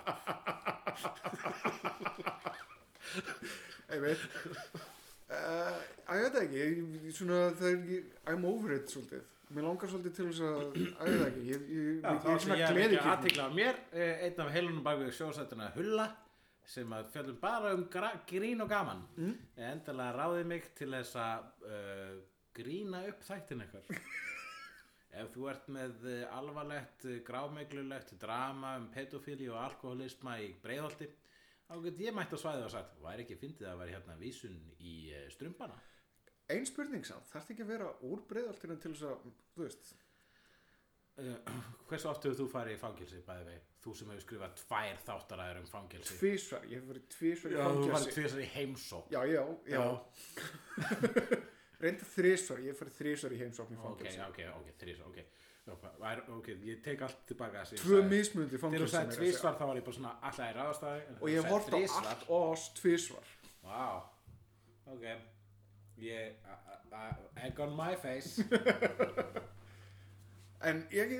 Speaker 3: ég veit uh, að ég veit það ekki ég- svona það er ég, I'm over it svolítið, mér langar svolítið til þess að að ég veit það ekki, ég, ég, ég, ég, er svona
Speaker 1: er ekki
Speaker 3: gleðikirni
Speaker 1: aðtikla á mér eh, einn af heilunum bak við sjósættuna Hulla sem að fjöldum bara um gra- grín og gaman mm. endalega ráði mig til þess að uh, grína upp þættin ykkar Ef þú ert með eh, alvarlegt, eh, grámeiglulegt drama um pedofíli og alkoholisma í breiðholti, þá get ég mætt á svæðið og sagt, væri ekki fyndið að vera hérna vísun í eh, strumpana?
Speaker 3: ein spurning samt, þarf ekki að vera úr breiðaltinu til þess að, þú veist
Speaker 1: Uh, hversu oft hefur þú farið í fangelsi, bæði vei? Þú sem hefur skrifað tvær þáttaræður um fangelsi.
Speaker 3: tvísvar, ég hef verið tvísvar í
Speaker 1: Já, þú farið
Speaker 3: fangelsi
Speaker 1: tvisar í heimsók.
Speaker 3: já, já, já reynda þrísvar, ég hef farið þrísvar í heimsókn í
Speaker 1: Ok,
Speaker 3: fangelsi
Speaker 1: ok, ok, þrísar, ok. Já, hvað- væri- Ok, ég tek allt tilbaka þessi.
Speaker 3: tvö mismunandi
Speaker 1: Þegar þú
Speaker 3: fangelsi
Speaker 1: sagði
Speaker 3: meira að segja.
Speaker 1: tvísvar þá var ég bara svona alltaf í ráðastæði. en
Speaker 3: og
Speaker 1: þegar þú
Speaker 3: ég hef hort á
Speaker 1: sagðir þrisvar-
Speaker 3: allt og oss tvísvar
Speaker 1: Vá, ok Ég, a- a- a- egg on my face
Speaker 3: En ég,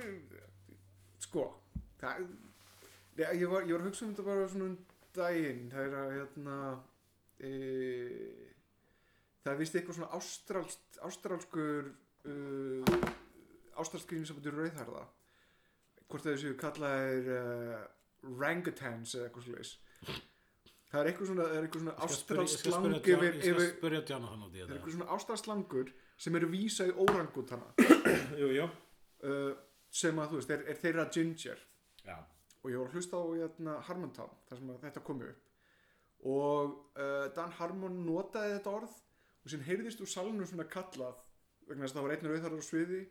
Speaker 3: sko, það, ég, ég, var, ég var að hugsa um þetta bara svona um daginn, það er að, hérna, e, það er vist eitthvað svona ástralst, ástralskur uh, ástarskrínu sem betur rauðharða hvort þau séu kallaðir uh, rangatans eða eitthvað slags það er eitthvað svona, það er eitthvað svona ástarslang yfir,
Speaker 1: Ég skal
Speaker 3: yfir
Speaker 1: spurja Jonathan út í um
Speaker 3: það er
Speaker 1: þetta
Speaker 3: eitthvað svona ástarslangur sem eru vísa í orangutana
Speaker 1: Jú, jú
Speaker 3: uh, sem að þú veist, er, er þeirra ginger
Speaker 1: Já,
Speaker 3: og ég var að hlusta á hérna, Harmontown þar sem að þetta komi upp og uh, Dan Harmon notaði þetta orð og sem heyrðist úr salinu svona kallað vegna þess að það var einnur auðvitað á sviði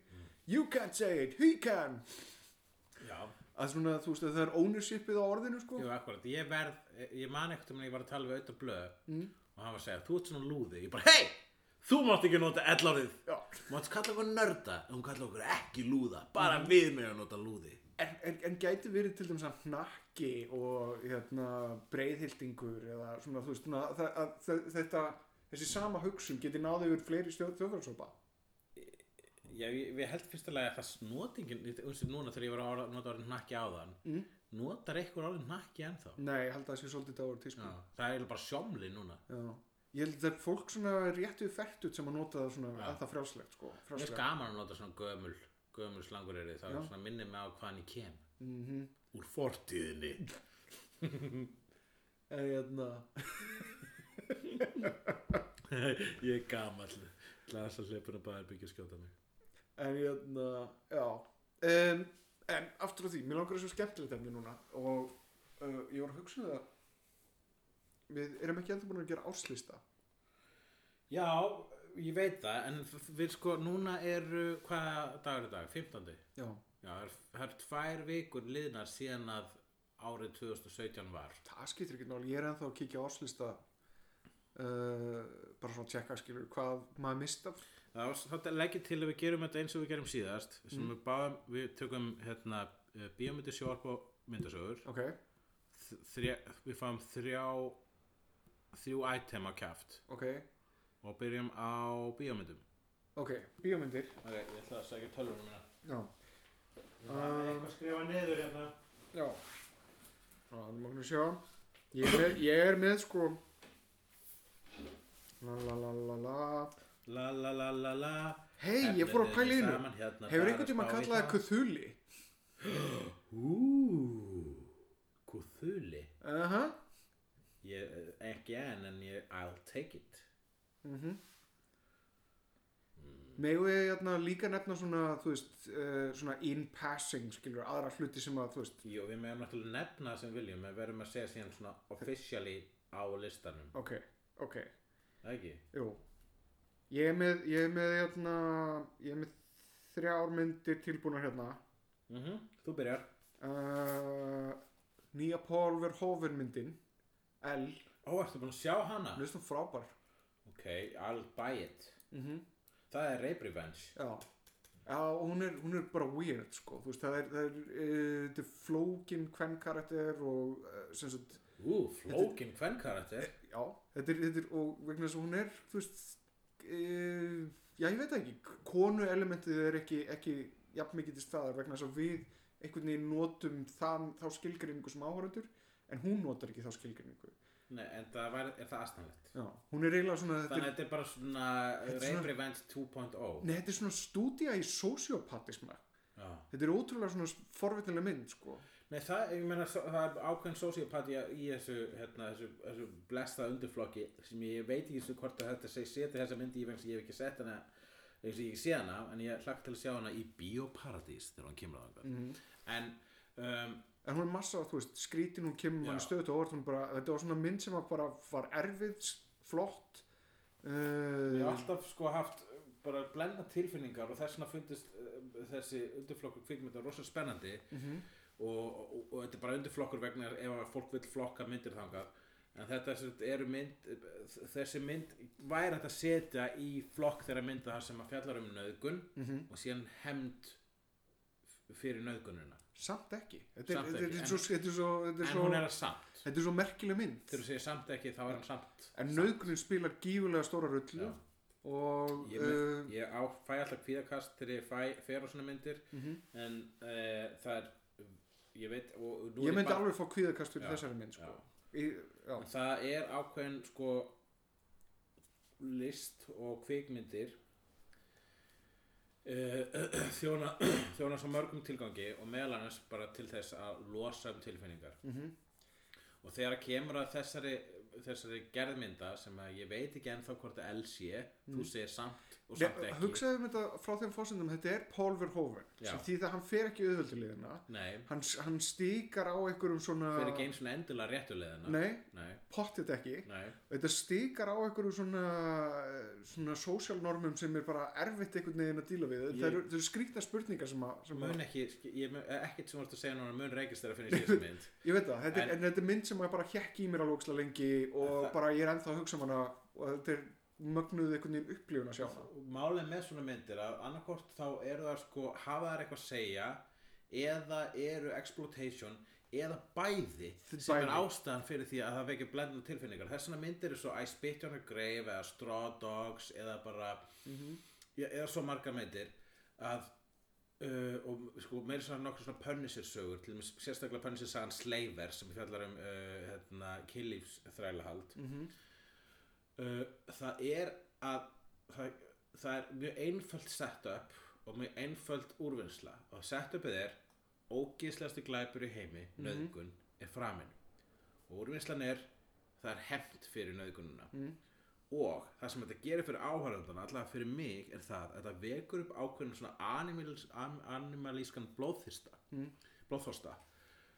Speaker 3: You can't say it, he can
Speaker 1: já
Speaker 3: að svona þú veist að það er ownershipið á orðinu sko
Speaker 1: Jú, akkurat, ég verð, ég man ekkert um að ég var að tala við auðvitað blöð mm. og hann var að segja, þú ert svona lúði ég bara, hei, þú mátt ekki nota ellárið
Speaker 3: Já.
Speaker 1: mátt kalla okkur nörda en hún kalla okkur ekki lúða, bara við með að nota lúði
Speaker 3: en, en, en gæti verið til dæmis að hnakki og hérna, breiðhildingur eða svona þú veist svona, það, að, það, þetta, þessi sama hugsun geti náði yfir fleiri þjóðfjörðsópa
Speaker 1: Já, ég, við held fyrstulega að það snotingin umsum núna þegar ég var að orða- nota orðin hnakki á þann mm. notar eitthvað orðin hnakki ennþá
Speaker 3: Nei, ég held að það sé svolítið dáður tísku
Speaker 1: Já, það er eiginlega bara sjómli núna
Speaker 3: Já, ég held að það er fólk svona réttu fættut sem að nota það svona að það frjálslegt sko,
Speaker 1: Mér finnst
Speaker 3: frjálslegt.
Speaker 1: gaman að nota svona gömul gömul slangur er þið, það er svona minnir mig á hvaðan ég kem
Speaker 3: Mhm.
Speaker 1: -hmm. Úr fortíðinni
Speaker 3: En hérna,
Speaker 1: Ég er gamall Glasa hlipur að bæða byggja skjóta mig
Speaker 3: en hérna, já en, en aftur á því, mér langar þessu skemmtilegt efni núna og uh, ég var að hugsa um það við erum ekki endur búin að gera áslista
Speaker 1: Já, ég veit það en f- við sko, núna eru hvaða dagur er í dag? 15.
Speaker 3: Já,
Speaker 1: Já, það er- það er tvær vikur liðnar síðan að árið 2017 var
Speaker 3: það skiptir ekki náli, ég er ennþá að kíkja á áslista uh, bara svona að tjekka skilur hvað maður mista
Speaker 1: Það var þetta leggja til að við gerum þetta eins og við gerum síðast sem
Speaker 3: Mm.
Speaker 1: við báðum, við tökum hérna, bíómyndi sjórp og myndasögur
Speaker 3: Ok,
Speaker 1: Þ- þrjá, við fáum þrjá þrjú item á kæft
Speaker 3: ok,
Speaker 1: og byrjum á bíómyndum
Speaker 3: ok, bíómyndir
Speaker 1: Ok, ég ætla að segja tölvunum minna
Speaker 3: Já
Speaker 1: Ég þarf eitthvað að skrifa niður hérna
Speaker 3: Já Já, nú magnum sjá Ég er með, ég er með sko La la la la la
Speaker 1: La la la la la
Speaker 3: Hei, ég fór að pæla í einu
Speaker 1: hérna.
Speaker 3: Hefur einhvern tíma kallað það Cthulhu?
Speaker 1: Úúú Kúþuli
Speaker 3: Aha
Speaker 1: Ég, eh, ekki enn, en ég, I'll take it
Speaker 3: Mhm. Megum við hérna líka nefna svona, þú veist, uh, svona in passing, skilur, aðra hluti sem að, þú veist,
Speaker 1: Jó, við meðum náttúrulega nefna það sem við viljum en við verðum að segja síðan svona officially á listanum,
Speaker 3: ok, ok,
Speaker 1: það ekki?
Speaker 3: jú. Ég er með, ég er með, hérna, ég er með þrjár myndir tilbúnar hérna.
Speaker 1: Mm Þú byrjar
Speaker 3: Uh, nýja Paul Verhoeven myndin, L,
Speaker 1: Ó, ertu búin að sjá hana?
Speaker 3: Mér finnst hún frábær
Speaker 1: Ok, I'll buy it
Speaker 3: mm -hmm.
Speaker 1: Það er Rape Revenge
Speaker 3: Já, já og hún, er, hún er bara weird sko. Þú veist, það er, það er, uh, þetta er flókin hvern karakter og uh, sem sagt,
Speaker 1: Ú, flókin hvern karakter
Speaker 3: já, þetta er, þetta er og vegna þess að hún er þú veist uh, já, ég veit það ekki, konu elementið er ekki, ekki jafn mikið til staðar vegna þess að við einhvern veginn notum þann, þá skilgreiningu sem áhörundur en hún notar ekki þá skilgreiningu
Speaker 1: Nei, en það var, er það astanlegt
Speaker 3: já, hún er eiginlega svona þetta
Speaker 1: Þannig að
Speaker 3: er,
Speaker 1: þetta er bara svona eh,
Speaker 3: Þetta er
Speaker 1: Rape
Speaker 3: svona-
Speaker 1: Revenge 2.0
Speaker 3: nei, þetta er svona stúdía í sociopatisma
Speaker 1: Já.
Speaker 3: þetta er ótrúlega svona forvitnilega mynd sko.
Speaker 1: Nei, það, ég meina, svo- það er ákveðin sociopati í þessu, hérna, þessu, þessu blessa undirflokki sem ég veit ekki svo hvort að þetta segi seti þessa myndi í vegna sem ég hef ekki sett hana vegna sem ég hef ekki sé hana, en ég hlakka til að sjá hana í Bíóparadís þegar hann kemur á það en um,
Speaker 3: en hún er massa, þú veist, skrítin hún kemur mann
Speaker 1: Já.
Speaker 3: stöðt og orð, hún bara, þetta var svona mynd sem var bara, var erfið, s- flott
Speaker 1: ég hef
Speaker 3: uh,
Speaker 1: alltaf sko haft uh, bara blenda tilfinningar og þess vegna fundist uh, þessi undirflokkur kvikmynda rosa spennandi
Speaker 3: Mhm.
Speaker 1: -hmm. og, og, og þetta er bara undirflokkur vegna ef að fólk vill flokka myndir þangað en þetta sem sagt eru mynd þessi mynd væri hægt að setja í flokk þeirra mynda þar sem að fjallar um nöðgun -hmm.
Speaker 3: mhm.
Speaker 1: og síðan hemd fyrir nöðgununa
Speaker 3: samt ekki þetta er,
Speaker 1: Samt
Speaker 3: þetta er,
Speaker 1: ekki,
Speaker 3: þetta er svo, þetta er svo, þetta er
Speaker 1: en
Speaker 3: svo,
Speaker 1: hún er að samt
Speaker 3: þetta er svo merkileg mynd
Speaker 1: þegar þú segir samt ekki þá er hann samt
Speaker 3: en nöðgunin spilar gífulega stóra rullu
Speaker 1: Já.
Speaker 3: og
Speaker 1: ég,
Speaker 3: uh,
Speaker 1: mun, ég á, fæ alltaf kvíðakast þegar ég fæ, fer á svona myndir en uh, það er ég veit og og nú er
Speaker 3: ég myndi
Speaker 1: bara-
Speaker 3: alveg sko. fá kvíðakast fyrir
Speaker 1: Já,
Speaker 3: þessari mynd sko.
Speaker 1: já.
Speaker 3: Í, já,
Speaker 1: En það er ákveðin sko list og kvikmyndir uh, þjóna, þjóna svo mörgum tilgangi og meðal annars bara til þess að losa um tilfinningar
Speaker 3: Mhm.
Speaker 1: og þegar kemur að þessari, þessari gerðmynda sem að ég veit ekki ennþá hvort það els ég þú segir samt og samt
Speaker 3: Mm. Nei,
Speaker 1: ekki
Speaker 3: hugsaðu um þetta frá þeim fórsendum þetta er Paul Verhoeven
Speaker 1: Já.
Speaker 3: sem því það hann fer ekki auðvöldulegina
Speaker 1: nei,
Speaker 3: hann, hann stíkar á einhverjum svona
Speaker 1: fyrir ekki eins og endilega réttulegðina
Speaker 3: nei,
Speaker 1: nei,
Speaker 3: pottit ekki
Speaker 1: nei,
Speaker 3: þetta stíkar á einhverjum svona svona social normum sem er bara erfitt einhvern veginn að díla við
Speaker 1: Ég-
Speaker 3: það eru, það eru skrýtna spurningar sem að, sem að
Speaker 1: mun ekki ég, mun- eh, ekkert sem varst að segja núna mun reykist þegar að finna í síðan mynd
Speaker 3: ég veit það, þetta, er-
Speaker 1: En-
Speaker 3: en þetta er mynd sem að bara hjekk í mér alveg ógislega lengi og
Speaker 1: Það-
Speaker 3: bara ég er ennþá að hugsa um hana og þetta er mögnuð einhvern veginn upplifun að sjá hana
Speaker 1: málið með svona myndir að annarkort þá eru það sko hafa þær eitthvað að segja eða eru exploitation eða bæði
Speaker 3: Þið
Speaker 1: sem er
Speaker 3: bæði.
Speaker 1: ástæðan fyrir því að það vekja blendu tilfinningar þess vegna myndir er svo I spit on a grave eða straw dogs eða bara
Speaker 3: Mhm,
Speaker 1: Já, eða svo margar myndir að uh, og sko meira svo nokkur svona Punisher sögur til dæmis sérstaklega Punisher sagan Slaver sem fjallar um uh, hérna, kynlífs þrælahald
Speaker 3: Mhm.
Speaker 1: uh, það er að það, það er mjög einföld setup og mjög einföld úrvinnsla og setupið er ógislegastu glæpur í heimi, nöðgun er framin og úrvinnslan er það er heft fyrir nöðgununa
Speaker 3: Mhm.
Speaker 1: og það sem þetta gerir fyrir áhörðandana allavega fyrir mig er það að það vekur upp ákveðin svona animals, an, animalískan blóðþista
Speaker 3: Mhm.
Speaker 1: blóðþosta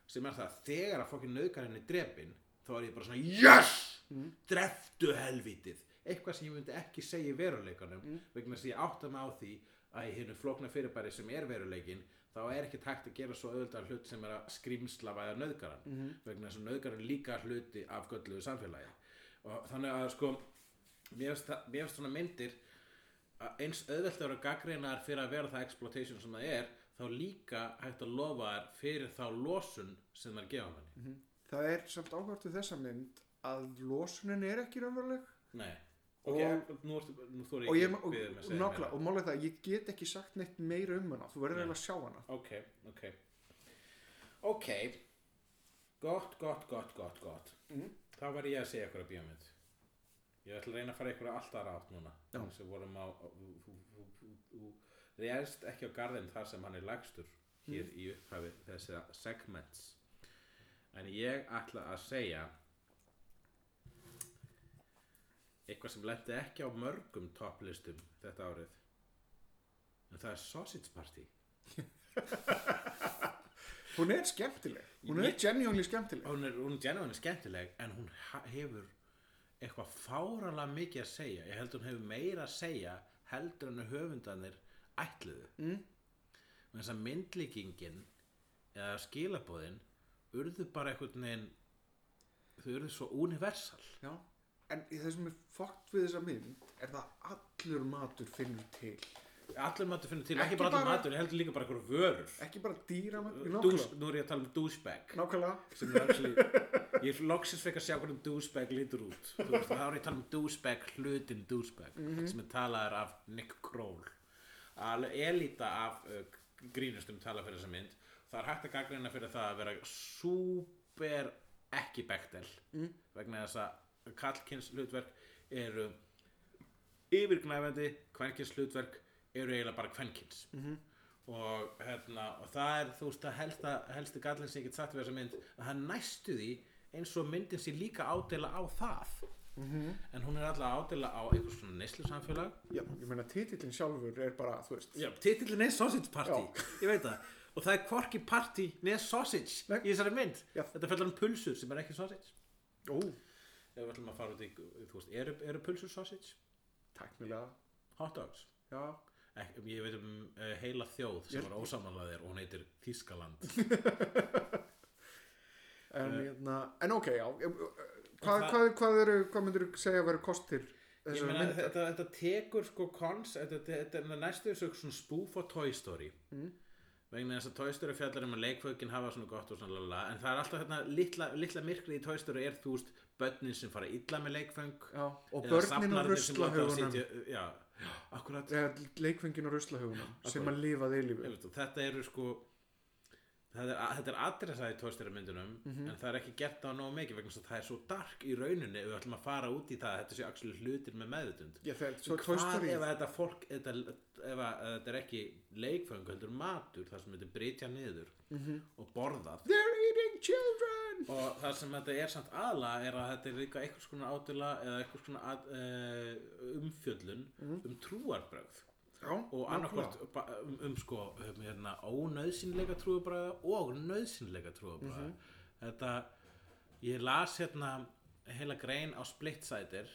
Speaker 1: sem er það að þegar að fólki nöðgarinn er drepin þá er ég bara svona JES!
Speaker 3: Mhm.
Speaker 1: Dreftu helvítið eitthvað sem ég myndi ekki segja í veruleikanum vegna þess að ég átta mig á því að í hinnu flókna fyrirbæri sem er veruleikin þá er ekki tækt að gera svo auðvitað hlut sem er að skrimsla væða nöðgaran
Speaker 3: Mhm.
Speaker 1: vegna þess að nöðgaran líka hluti af gölluðu samfélagi og þannig að sko mér finnst það- mér finnst svona myndir að eins auðvelt að vera gaggreinar fyrir að vera það exploitation sem það er þá líka hægt að lofa þær fyrir þá losun sem þær gefa manni
Speaker 3: það er samt áhvert við þessa mynd að losunin er ekki raunveruleg
Speaker 1: Nei,
Speaker 3: Og-
Speaker 1: ok, og, nú, ertu- nú þú er
Speaker 3: og
Speaker 1: ekki
Speaker 3: ég, og,
Speaker 1: beðið um að
Speaker 3: og
Speaker 1: segja
Speaker 3: nákvæmlega,
Speaker 1: meira.
Speaker 3: og málið er það að ég get ekki sagt neitt meira um hana, þú verður
Speaker 1: Nei.
Speaker 3: eiginlega að sjá hana
Speaker 1: Ok, ok Ok Gott, gott, gott, gott, gott
Speaker 3: Mhm.
Speaker 1: Þá verð ég að segja ykkur að bíómynd Ég ætla að reyna að fara ykkur að alltaf rátt núna
Speaker 3: Já.
Speaker 1: sem vorum á þú- þú- þú- þú- þú réðst ekki á garðin þar sem hann er lægstur hér
Speaker 3: Mhm.
Speaker 1: í upphafi þessara segments en ég ætla að segja eitthvað sem lendi ekki á mörgum topplistum þetta árið en það er Sausage Party
Speaker 3: hún er skemmtileg, hún er
Speaker 1: Ég-
Speaker 3: genuinely skemmtileg
Speaker 1: hún er, hún er genuinely skemmtileg en hún ha- hefur eitthvað fáralega mikið að segja ég held hún hefur meira að segja heldur en höfundanir ætluðu
Speaker 3: Mm.
Speaker 1: með þess að myndlíkingin eða skilabóðin urðu bara einhvern veginn þau urðu svo universal
Speaker 3: Já. en í það sem er fokkt við þessa mynd er það að allur matur finnur til
Speaker 1: allir matur finnur til,
Speaker 3: Ekki
Speaker 1: ekki bara allir
Speaker 3: bara-
Speaker 1: matur heldur líka bara einhverju vörur
Speaker 3: ekki bara dýra matur,
Speaker 1: Dús,
Speaker 3: nákvæmlega
Speaker 1: nú er ég að tala um douchebag
Speaker 3: nákvæmlega,
Speaker 1: sem er actually ég loksins fekk að sjá hvernig douchebag lítur út Þú veist, það er ég að tala um douchebag hlutin douchebag sem er talaður af Nick Kroll alveg elita af uh, grínustum tala fyrir þessa mynd það er hægt að gaggrina fyrir það að vera super ekki bektel mm. vegna þess að kallkins hlutverk eru yfirgnæfandi kvenkins hlutverk eru eiginlega bara kvenkins -hmm. og, hérna, og það er þú veist að helsta, helsti gallin sem ég get sagt við þessa mynd að það næstu því eins og myndin sé líka ádela á það -hmm. en hún er alltaf ádela á einhvers svona neyslu samfélag
Speaker 3: já, ég meina titillin sjálfur er bara, þú veist
Speaker 1: Já, titillin er Sausage Party Ég veit það Og það er hvorki party neð sausage
Speaker 3: Nei.
Speaker 1: í þessari mynd
Speaker 3: Já.
Speaker 1: Þetta fjallar um pulsur sem er ekki sausage
Speaker 3: ó,
Speaker 1: Ef við ætlum að fara út í, þú veist, eru, eru pulsur sausage?
Speaker 3: tæknilega
Speaker 1: Hot dogs?
Speaker 3: já,
Speaker 1: Ek, ég veit um uh, heila þjóð sem var ósamanlega þér og hún heitir Þískaland
Speaker 3: en, hérna, en ok, já eh, hvað,
Speaker 1: Eh. það-
Speaker 3: hvað, hvað, eru, hvað myndir þú segja að vera kostir
Speaker 1: Ég
Speaker 3: þessar
Speaker 1: meina,
Speaker 3: myndar
Speaker 1: þetta, þetta tekur sko kons, þetta, þetta, þetta er næstu þessu svona spoof á Toy Story
Speaker 3: Mm.
Speaker 1: vegna þess að Toy Story fjallar um að leikfökin hafa svona gott og svona lala en það er alltaf hérna, litla, litla myrkrið í Toy Story er þú veist, börnin sem fara illa með leikföng
Speaker 3: já, og
Speaker 1: Eða
Speaker 3: börnin á
Speaker 1: safnarnir sem láta á
Speaker 3: ruslahaugunum
Speaker 1: sitja- já, akkurat
Speaker 3: eða leikfengin á ruslahaugunum sem að lifaði eilífu
Speaker 1: Einmitt, og þetta eru sko þetta er, þetta er adressað í tóðstæra myndunum
Speaker 3: Mhm.
Speaker 1: en það er ekki gert á nógu mikið vegna þess að það er svo dark í rauninni ef við ætlum að fara út í það að þetta séu axlu hlutir með meðutund
Speaker 3: Já, það er svo Toy
Speaker 1: hvað
Speaker 3: Story
Speaker 1: ef að þetta fólk þetta, ef að, að þetta er ekki leikföng heldur matur, það sem þetta er brytja niður
Speaker 3: Mhm.
Speaker 1: og borðað
Speaker 3: They're eating children
Speaker 1: og það sem þetta er samt aðla er að þetta er líka einhvers konar ádela eða einhvers konar að, uh, umfjöllun
Speaker 3: Mhm.
Speaker 1: um trúarbrögð
Speaker 3: Já,
Speaker 1: og annarkvort um, um sko um, hérna, ónauðsynleika trúabræða og nauðsynleika trúabræða þetta ég las hérna heila grein á Splitsider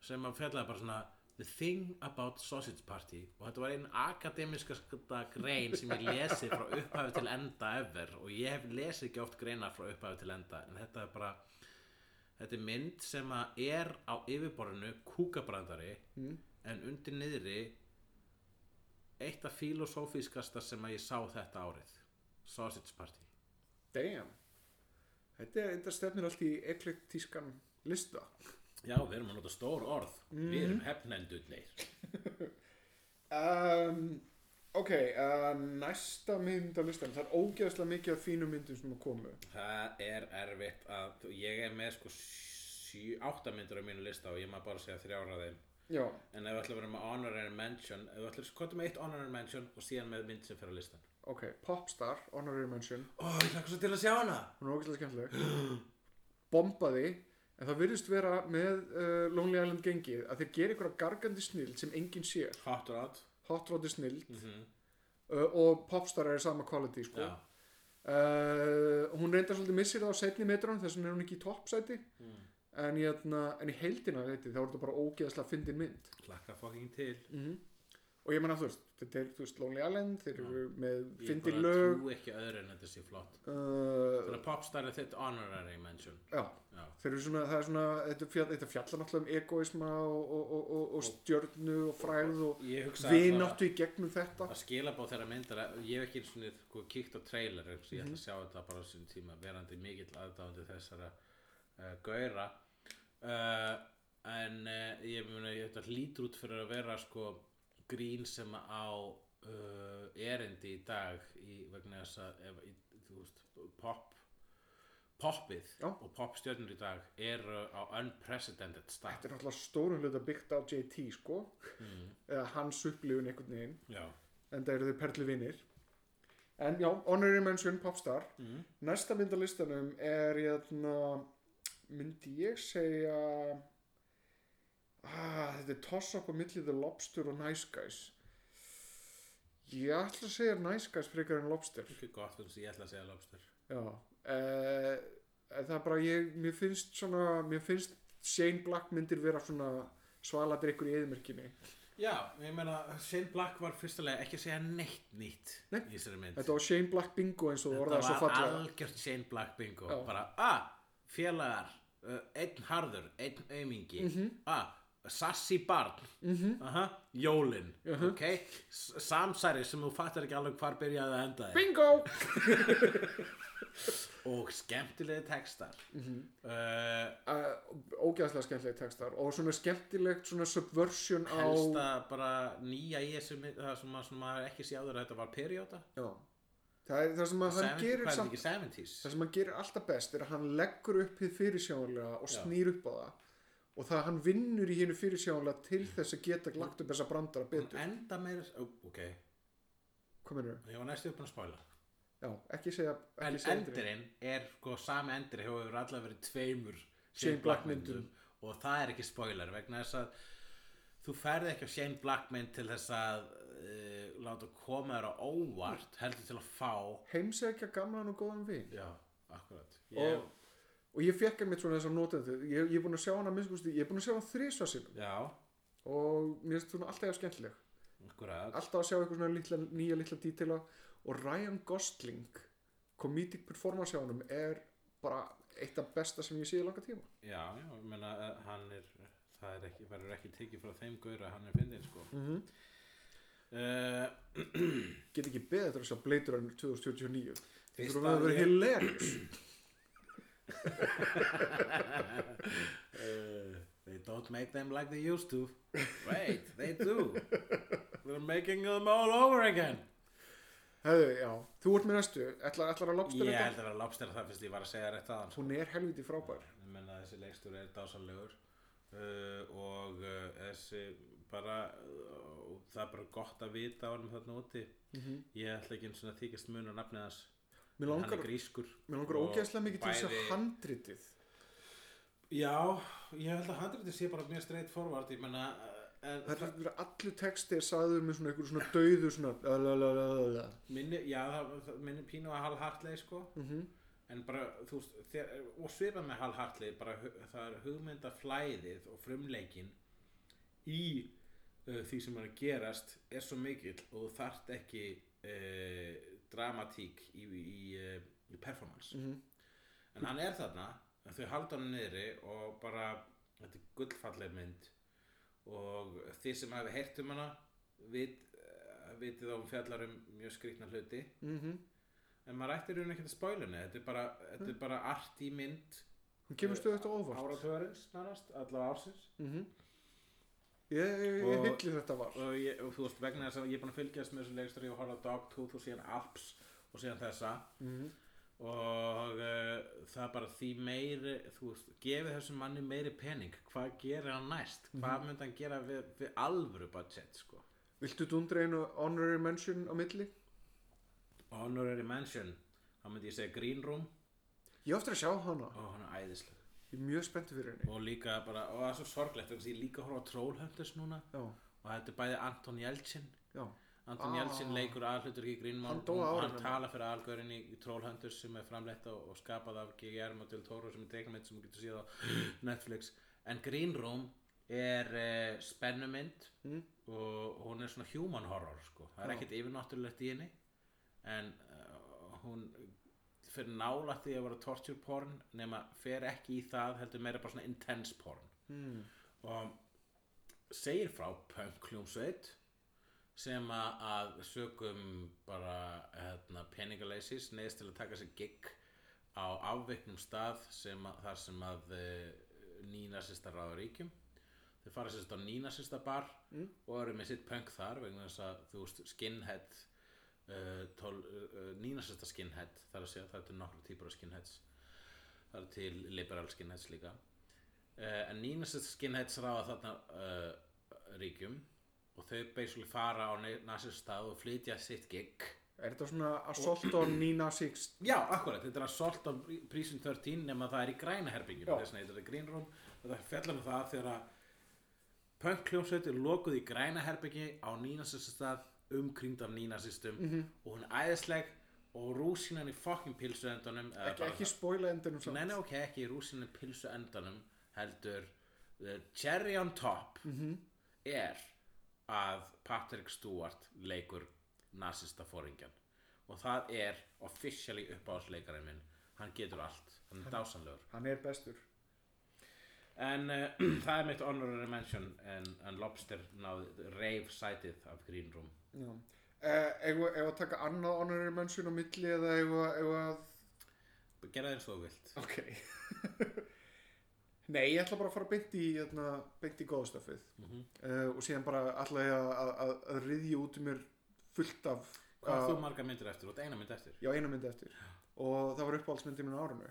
Speaker 1: sem að fjallaði bara svona The Thing About Sausage Party og þetta var einn akademiska skata grein sem ég lesi frá upphafi til enda ever og ég hef lesið ekki oft greinar frá upphafi til enda en þetta er bara þetta er mynd sem að er á yfirborðinu kúkabrandari en undir niðri eitt af filosófiskasta sem að ég sá þetta árið Sausage Party
Speaker 3: Damn Þetta er enda stefnir allt í eklektískan lista
Speaker 1: Já, við erum að nota stór orð Við erum hefnendulleir
Speaker 3: um, Ok, uh, næsta mynd á listan Það er ógeðslega mikið af fínum myndum sem að komu
Speaker 1: Það er erfitt að ég er með sko sjö, áttamyndur á mínu lista og ég maður bara að segja þrjára þeim
Speaker 3: Já,
Speaker 1: en ef við ætlum að vera með honorary mention ef við ætlum að kota með eitt honorary mention og síðan með mynd sem fer á listan
Speaker 3: ok, Popstar, Honorary Mention
Speaker 1: Ó, ég hlaka svo til að sjá hana
Speaker 3: Hún er ógeðslega skemmtileg Bombaði En það virðist vera með uh, Lonely Island gengið að þeir gera ykkur gargandi snild sem enginn sér
Speaker 1: Hot Rod
Speaker 3: Hot Roddy snild
Speaker 1: mm
Speaker 3: uh, og Popstar er sama quality sko.
Speaker 1: Já,
Speaker 3: uh, hún reyndar svolítið missir það á setni metran þess vegna er hún ekki í toppsæti
Speaker 1: Mm.
Speaker 3: en, hérna, en í heildina þetta þá er þetta bara ógeðslega fyndin mynd
Speaker 1: hlaka fucking til
Speaker 3: og ég menna þú veist, þetta er þú veist Lonely Island þeir eru með
Speaker 1: Ég
Speaker 3: fyndin
Speaker 1: bara
Speaker 3: lög
Speaker 1: trú ekki öðru en þetta sé flott
Speaker 3: uh,
Speaker 1: Þannig að popstar er þitt honorary mention
Speaker 3: já
Speaker 1: Já
Speaker 3: Þeir eru svona, það er svona, þetta, fjall, þetta fjallar náttúrulega um egoisma og, og, og, og, og stjörnu og fræð og
Speaker 1: Ég hugsa að það-
Speaker 3: vináttu í gegnum þetta.
Speaker 1: að skilabá þeirra myndar að- ég hef ekki einu sinni sko, kíkt á trailer mm ég
Speaker 3: Mhm.
Speaker 1: ætla að sjá þetta bara á sinni tíma verandi mikill aðdáðandi þessara uh, gauðra uh, en uh, ég muni þetta hlýtur út fyrir að vera sko grín sem á uh, erindi í dag í, vegna þess að ef, í, þú veist, pop poppið
Speaker 3: Já.
Speaker 1: og popstjörnur í dag eru á unprecedented stað
Speaker 3: Þetta er náttúrulega stórum hluta byggt á JT, sko, eða hans upplifun einhvern veginn.
Speaker 1: Mm, Já,
Speaker 3: en það eru þau perli vinir en já, Honorary Mention, Popstar næsta mynd á listanum er jæna, myndi ég segja ah, þetta er toss-up á milli The Lobster og Nice Guys ég ætla að segja Nice Guys frekar en Lobster
Speaker 1: ekki gott þannig að ég ætla að segja lobster
Speaker 3: já eh, en það er bara ég, mér finnst svona, mér finnst Shane Black myndir vera svona svaladrykkur í eðmerkinni
Speaker 1: Já, ég meina, Shane Black var fyrstulega ekki að segja neitt nýtt
Speaker 3: Nei.
Speaker 1: í þessari mynd.
Speaker 3: þetta var Shane Black bingo eins og
Speaker 1: Þetta
Speaker 3: orðaði svo
Speaker 1: var
Speaker 3: fallega
Speaker 1: algjört Shane Black bingo.
Speaker 3: Já.
Speaker 1: Bara, ah, félagar, uh, einn harður, einn aumingi,
Speaker 3: Mhm.
Speaker 1: ah, sassi barn, mm -hmm. aha, jólin, ok, S samsæri sem þú fattar ekki alveg hvar byrjaði að enda þig
Speaker 3: bingo
Speaker 1: og skemmtilegi textar.
Speaker 3: Mhm.
Speaker 1: Mm -hmm.
Speaker 3: uh, ógæðslega skemmtilegir textar og svona skemmtilegt svona subversion á
Speaker 1: helsta bara nýja í þessu mynd, það sem maður- sem maður ekki sé áður að þetta var perióta.
Speaker 3: já, það er það sem að hann gerir
Speaker 1: Hvað er
Speaker 3: samt,
Speaker 1: ekki 70s?
Speaker 3: það sem hann gerir alltaf best er að hann leggur upp hið fyrirsjáanlega og
Speaker 1: Já.
Speaker 3: snýr upp á það og það að hann vinnur í hinu fyrirsjáanlega til þess að geta lagt upp þessa brandara
Speaker 1: Hún
Speaker 3: betur
Speaker 1: enda meira, ó, ok,
Speaker 3: hvað mennur
Speaker 1: Ég var næstu upp að spála
Speaker 3: já, ekki segja,
Speaker 1: En
Speaker 3: ekki segja endurinn.
Speaker 1: endurinn er sko sami endur hefur allavega verið tveimur
Speaker 3: Shane Black myndum.
Speaker 1: og það er ekki spoiler vegna þess að þú ferði ekki á Shane Black mynd til þess að uh, láta koma þér á óvart heldur til að fá
Speaker 3: heimsækja gamlan og góðan vin
Speaker 1: Já, akkurat
Speaker 3: og,
Speaker 1: ég,
Speaker 3: og ég fekk einmitt svona þess að nota þetta ég, ég er búin að sjá hana að minnstakosti- ég er búin að sjá hana þrísvar sinnum
Speaker 1: Já,
Speaker 3: og mér finnst svona alltaf skemmtileg
Speaker 1: akkurat
Speaker 3: alltaf að sjá eitthvað svona litla, nýja litla dítila og Ryan Gosling comedic performance hjá honum er bara eitt af besta sem ég sé í langa tíma
Speaker 1: Já, já, ég meina eh, hann er það er ekki, verður ekki tekið frá þeim gaur að hann er fyndin sko Eh, mm
Speaker 3: Mhm.
Speaker 1: -hmm.
Speaker 3: get ekki beðið eftir að sjá Blade Runner 2049
Speaker 1: Fyrst
Speaker 3: þetta er að
Speaker 1: að
Speaker 3: vera
Speaker 1: ég-
Speaker 3: hilarious
Speaker 1: Uh, they don't make them like they used to. Wait, they do. They're making them all over again.
Speaker 3: Hefðu, já, þú ert með næstu, ætlar, ætlar að lobster
Speaker 1: Ég
Speaker 3: þetta?
Speaker 1: held að vera lobster það fyrst ég var að segja rétt aðan sko.
Speaker 3: Hún er helviti frábær.
Speaker 1: Ég menna þessi leikstjóri er dásanlegur uh, og uh, þessi bara uh, og það er bara gott að vita á hann þarna úti Ég ætla ekki eins og að þykist mun og nafnið hans
Speaker 3: Mér
Speaker 1: Hann
Speaker 3: Mhm. langar,
Speaker 1: er grískur
Speaker 3: mér langar
Speaker 1: og
Speaker 3: ógeðslega mikið til þess að
Speaker 1: bæði-
Speaker 3: handritið.
Speaker 1: Já, ég held að handritið sé bara mjög straight forward Ég menna uh, en-
Speaker 3: Það er verið allir texti er sagður með svona einhver svona dauðu svona lalalala.
Speaker 1: minni, já, það, það minni pínu að Hal Hartley sko
Speaker 3: Mhm.
Speaker 1: en bara, þú veist, þér, og svipa með Hal Hartley bara, hu- það er hugmyndaflæðið og frumleikin í uh, því sem er að gerast er svo mikill og þú þarft ekki uh, dramatík í, í, uh, í performance
Speaker 3: Mhm.
Speaker 1: en hann er þarna en þau halda hann niðri og bara þetta er gullfalleg mynd og þið sem hafi heyrt um hana vit, eh, vitið að hún fjallar um mjög skrýtna hluti
Speaker 3: Mhm.
Speaker 1: en maður ætti raun ekkert að spóilinu þetta er bara, þetta er bara art í mynd
Speaker 3: Hún Hm? kemur stöðu þetta óvart.
Speaker 1: áratöðarins nárast, allavega ársins
Speaker 3: Mhm. Ég, ég, ég
Speaker 1: Og-
Speaker 3: hyggli þetta var.
Speaker 1: og, ég, og þú veist vegna þess að ég er búin að fylgjast með þessu leikstur ég horfði á Dogtooth og síðan Alps og síðan þessa
Speaker 3: Mhm.
Speaker 1: og uh, það er bara því meiri þú veist, gefið þessum manni meiri pening hvað gerir hann næst
Speaker 3: Mhm.
Speaker 1: hvað myndi hann gera við, við alvöru budget sko.
Speaker 3: Viltu dundra einu honorary mention á milli?
Speaker 1: Honorary Mansion þá myndi ég segja Green Room
Speaker 3: Ég á eftir að sjá hana.
Speaker 1: og hann er æðislega
Speaker 3: Ég er mjög spenntið fyrir henni.
Speaker 1: og líka bara, og það er svo sorglegt vegna þess að ég líka horfa á Trollhunters núna
Speaker 3: Já,
Speaker 1: og þetta er bæði Anton Jeltsin
Speaker 3: já.
Speaker 1: Anton
Speaker 3: Ah.
Speaker 1: Jeltsin leikur aðhlutur í Green Room
Speaker 3: Hann dó á
Speaker 1: og hann
Speaker 3: árinu.
Speaker 1: talar fyrir aðalgörinn í, í Trollhunters sem er framleitt og, og skapað af G.R. Del Toro sem er teiknumynd sem þú getur síðan á Netflix en Green Room er eh, spennumynd
Speaker 3: Mm.
Speaker 1: og hún er svona human horror sko. það er
Speaker 3: Já.
Speaker 1: ekkert yfirnáttúrulegt í henni en uh, hún fyrir nála því að vera torture porn nema fer ekki í það heldur meira bara svona intense porn
Speaker 3: Mm.
Speaker 1: og segir frá pönkljúmsveit sem að, að sögum bara hérna, peningaleysis neðist til að taka sér gig á afveiknum stað sem að, þar sem að e, nínasista ráður ríkjum þau fara sérst á nínasista bar og eru með sitt pönk þar vegna þess að þú veist skinhead uh, tól, uh, nínasista skinhead þar að segja það er til nokkru típur af skinheads það er til liberal skinheads líka uh, en nínasist skinheads ráða þarna uh, ríkjum og þau basically fara á nasist stað og flytja sitt gig
Speaker 3: Er þetta svona Assault on Nina Six?
Speaker 1: já, akkurat, þetta er að sort of Prison 13 nema það er í græna herbygjum
Speaker 3: Já.
Speaker 1: þess vegna heitir þetta Green Room og það fjallar með það þegar að punk hljómsveit er lokuð í græna herbyggi á nínasist stað umkringd af nínasistum
Speaker 3: Mhm.
Speaker 1: -hmm. og hún er æðisleg og rúsinan í fucking pilsuendunum eða
Speaker 3: Ekki,
Speaker 1: bara
Speaker 3: ekki
Speaker 1: það-
Speaker 3: spoila endinum samt.
Speaker 1: Nei, nei, ok, ekki rúsinu pilsu endanum heldur the cherry on top er að Patrick Stewart leikur nasista fóringjan og það er officially uppáðsleikarinn minn hann getur allt, hann er dásanlegur
Speaker 3: Hann er bestur.
Speaker 1: en uh, það er mitt honorary mention en, en Lobster náði reif sætið af Green Room
Speaker 3: Já. Eh, Egu egu að taka annað honorary mention á milli eða egu að... Egu að...
Speaker 1: gera þeir svo vilt
Speaker 3: Ok. nei, ég ætla bara að fara beint í, hérna, beint í góðstöfið. Mm
Speaker 1: Mhm.
Speaker 3: og síðan bara ætla ég að, að, að riðja út um mér fullt af...
Speaker 1: hvað
Speaker 3: af-
Speaker 1: er þú marga myndir eftir, þú ert eina mynd eftir
Speaker 3: Já, eina mynd eftir og það var uppáhaldsmyndi minn á árinu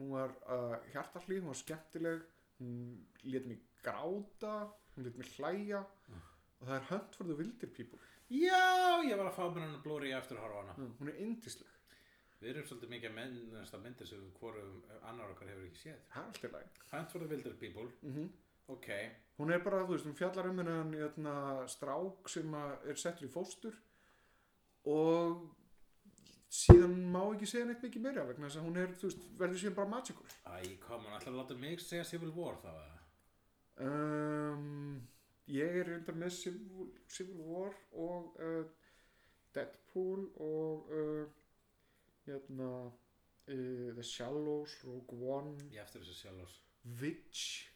Speaker 3: hún var uh, hjartarlý, hún var skemmtileg hún lét mig gráta hún lét mig hlæja
Speaker 1: Ah.
Speaker 3: og það er Hunt for the Wilder People
Speaker 1: já, ég var að fá mér hann að blóri eftir að horfa á hana
Speaker 3: mm. hún er indisleg,
Speaker 1: Við erum svolítið mikið að mennast að myndir sem við hvorum annar okkar hefur ekki séð.
Speaker 3: það er allt í lagi
Speaker 1: Hunt for the Wilder People,
Speaker 3: mm
Speaker 1: ok,
Speaker 3: hún er bara, þú veist, hún fjallar um hennan jötna, strák sem að er settur í fóstur og síðan má ekki segja neitt mikið meira vegna þess að hún er, þú veist, verður síðan bara magical
Speaker 1: æ, kom hann alltaf að láta mig segja Civil War þá eða?
Speaker 3: um, ég er reyndar með Civil, Civil War og uh, Deadpool og uh, hérna uh, The Shallows, Rogue One
Speaker 1: Ég eftir þessu sjálfs.
Speaker 3: Witch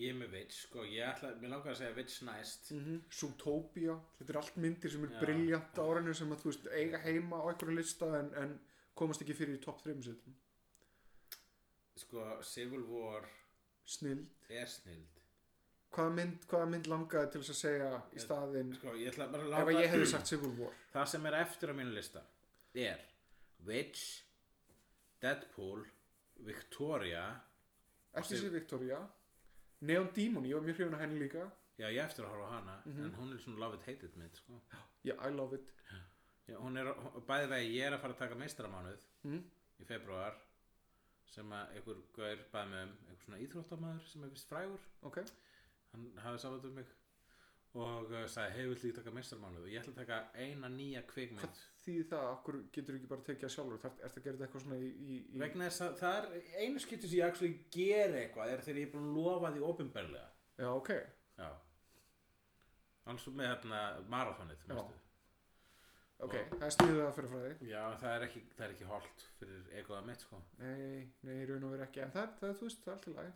Speaker 1: Ég er með Witch, sko, ég ætla, mér langar að segja Witch næst.
Speaker 3: mm Zootopia, þetta er allt myndir sem er
Speaker 1: Mhm. Já.
Speaker 3: briljant á orðinu sem að þú veist eiga heima á einhverju lista en, en komast ekki fyrir í topp 3 setum
Speaker 1: Sko, Civil War
Speaker 3: snill,
Speaker 1: er snild.
Speaker 3: hvaða mynd, hvaða mynd langaði til þess að segja í staðinn
Speaker 1: Sko, ég ætla bara að
Speaker 3: ef að
Speaker 1: láta
Speaker 3: ég hefði sagt Civil War
Speaker 1: Það sem er eftir á mínu lista er Witch, Deadpool, Victoria
Speaker 3: ekki sér Victoria Neon Demon, ég var mjög hrifin að henni líka
Speaker 1: Já, ég á eftir að horfa á hana
Speaker 3: Mhm.
Speaker 1: En hún er svona love it, hate it mitt sko.
Speaker 3: yeah, I love it
Speaker 1: Já, hún er, hún- bæði vegi, ég er að fara að taka meistaramánuð
Speaker 3: Mhm.
Speaker 1: í februar sem að einhver gaur bæði með um einhver svona íþróttamæður sem er vist frægur
Speaker 3: ok,
Speaker 1: hann hafði sáfætt um mig og uh, sagði, hei, viltu ekki taka meistaramánuð og ég ætla að taka eina nýja kvikmynd
Speaker 3: því það, okkur getur ekki bara tekið það sjálfur Þar, ertu að gera þetta eitthvað svona í, í, í...
Speaker 1: vegna þess að það er einu skipti sem ég actually ger eitthvað er þegar ég er búin að lofa því opinberlega
Speaker 3: já, ok,
Speaker 1: já alls og með hérna marathonið
Speaker 3: Já.
Speaker 1: manstu?
Speaker 3: ok, það er sniðið að fyrir fræði
Speaker 1: já, það er ekki, það er ekki holdt fyrir eitthvað mitt sko
Speaker 3: nei, nei, í raun og verið ekki en það, það, þú veist, það er allt í lagi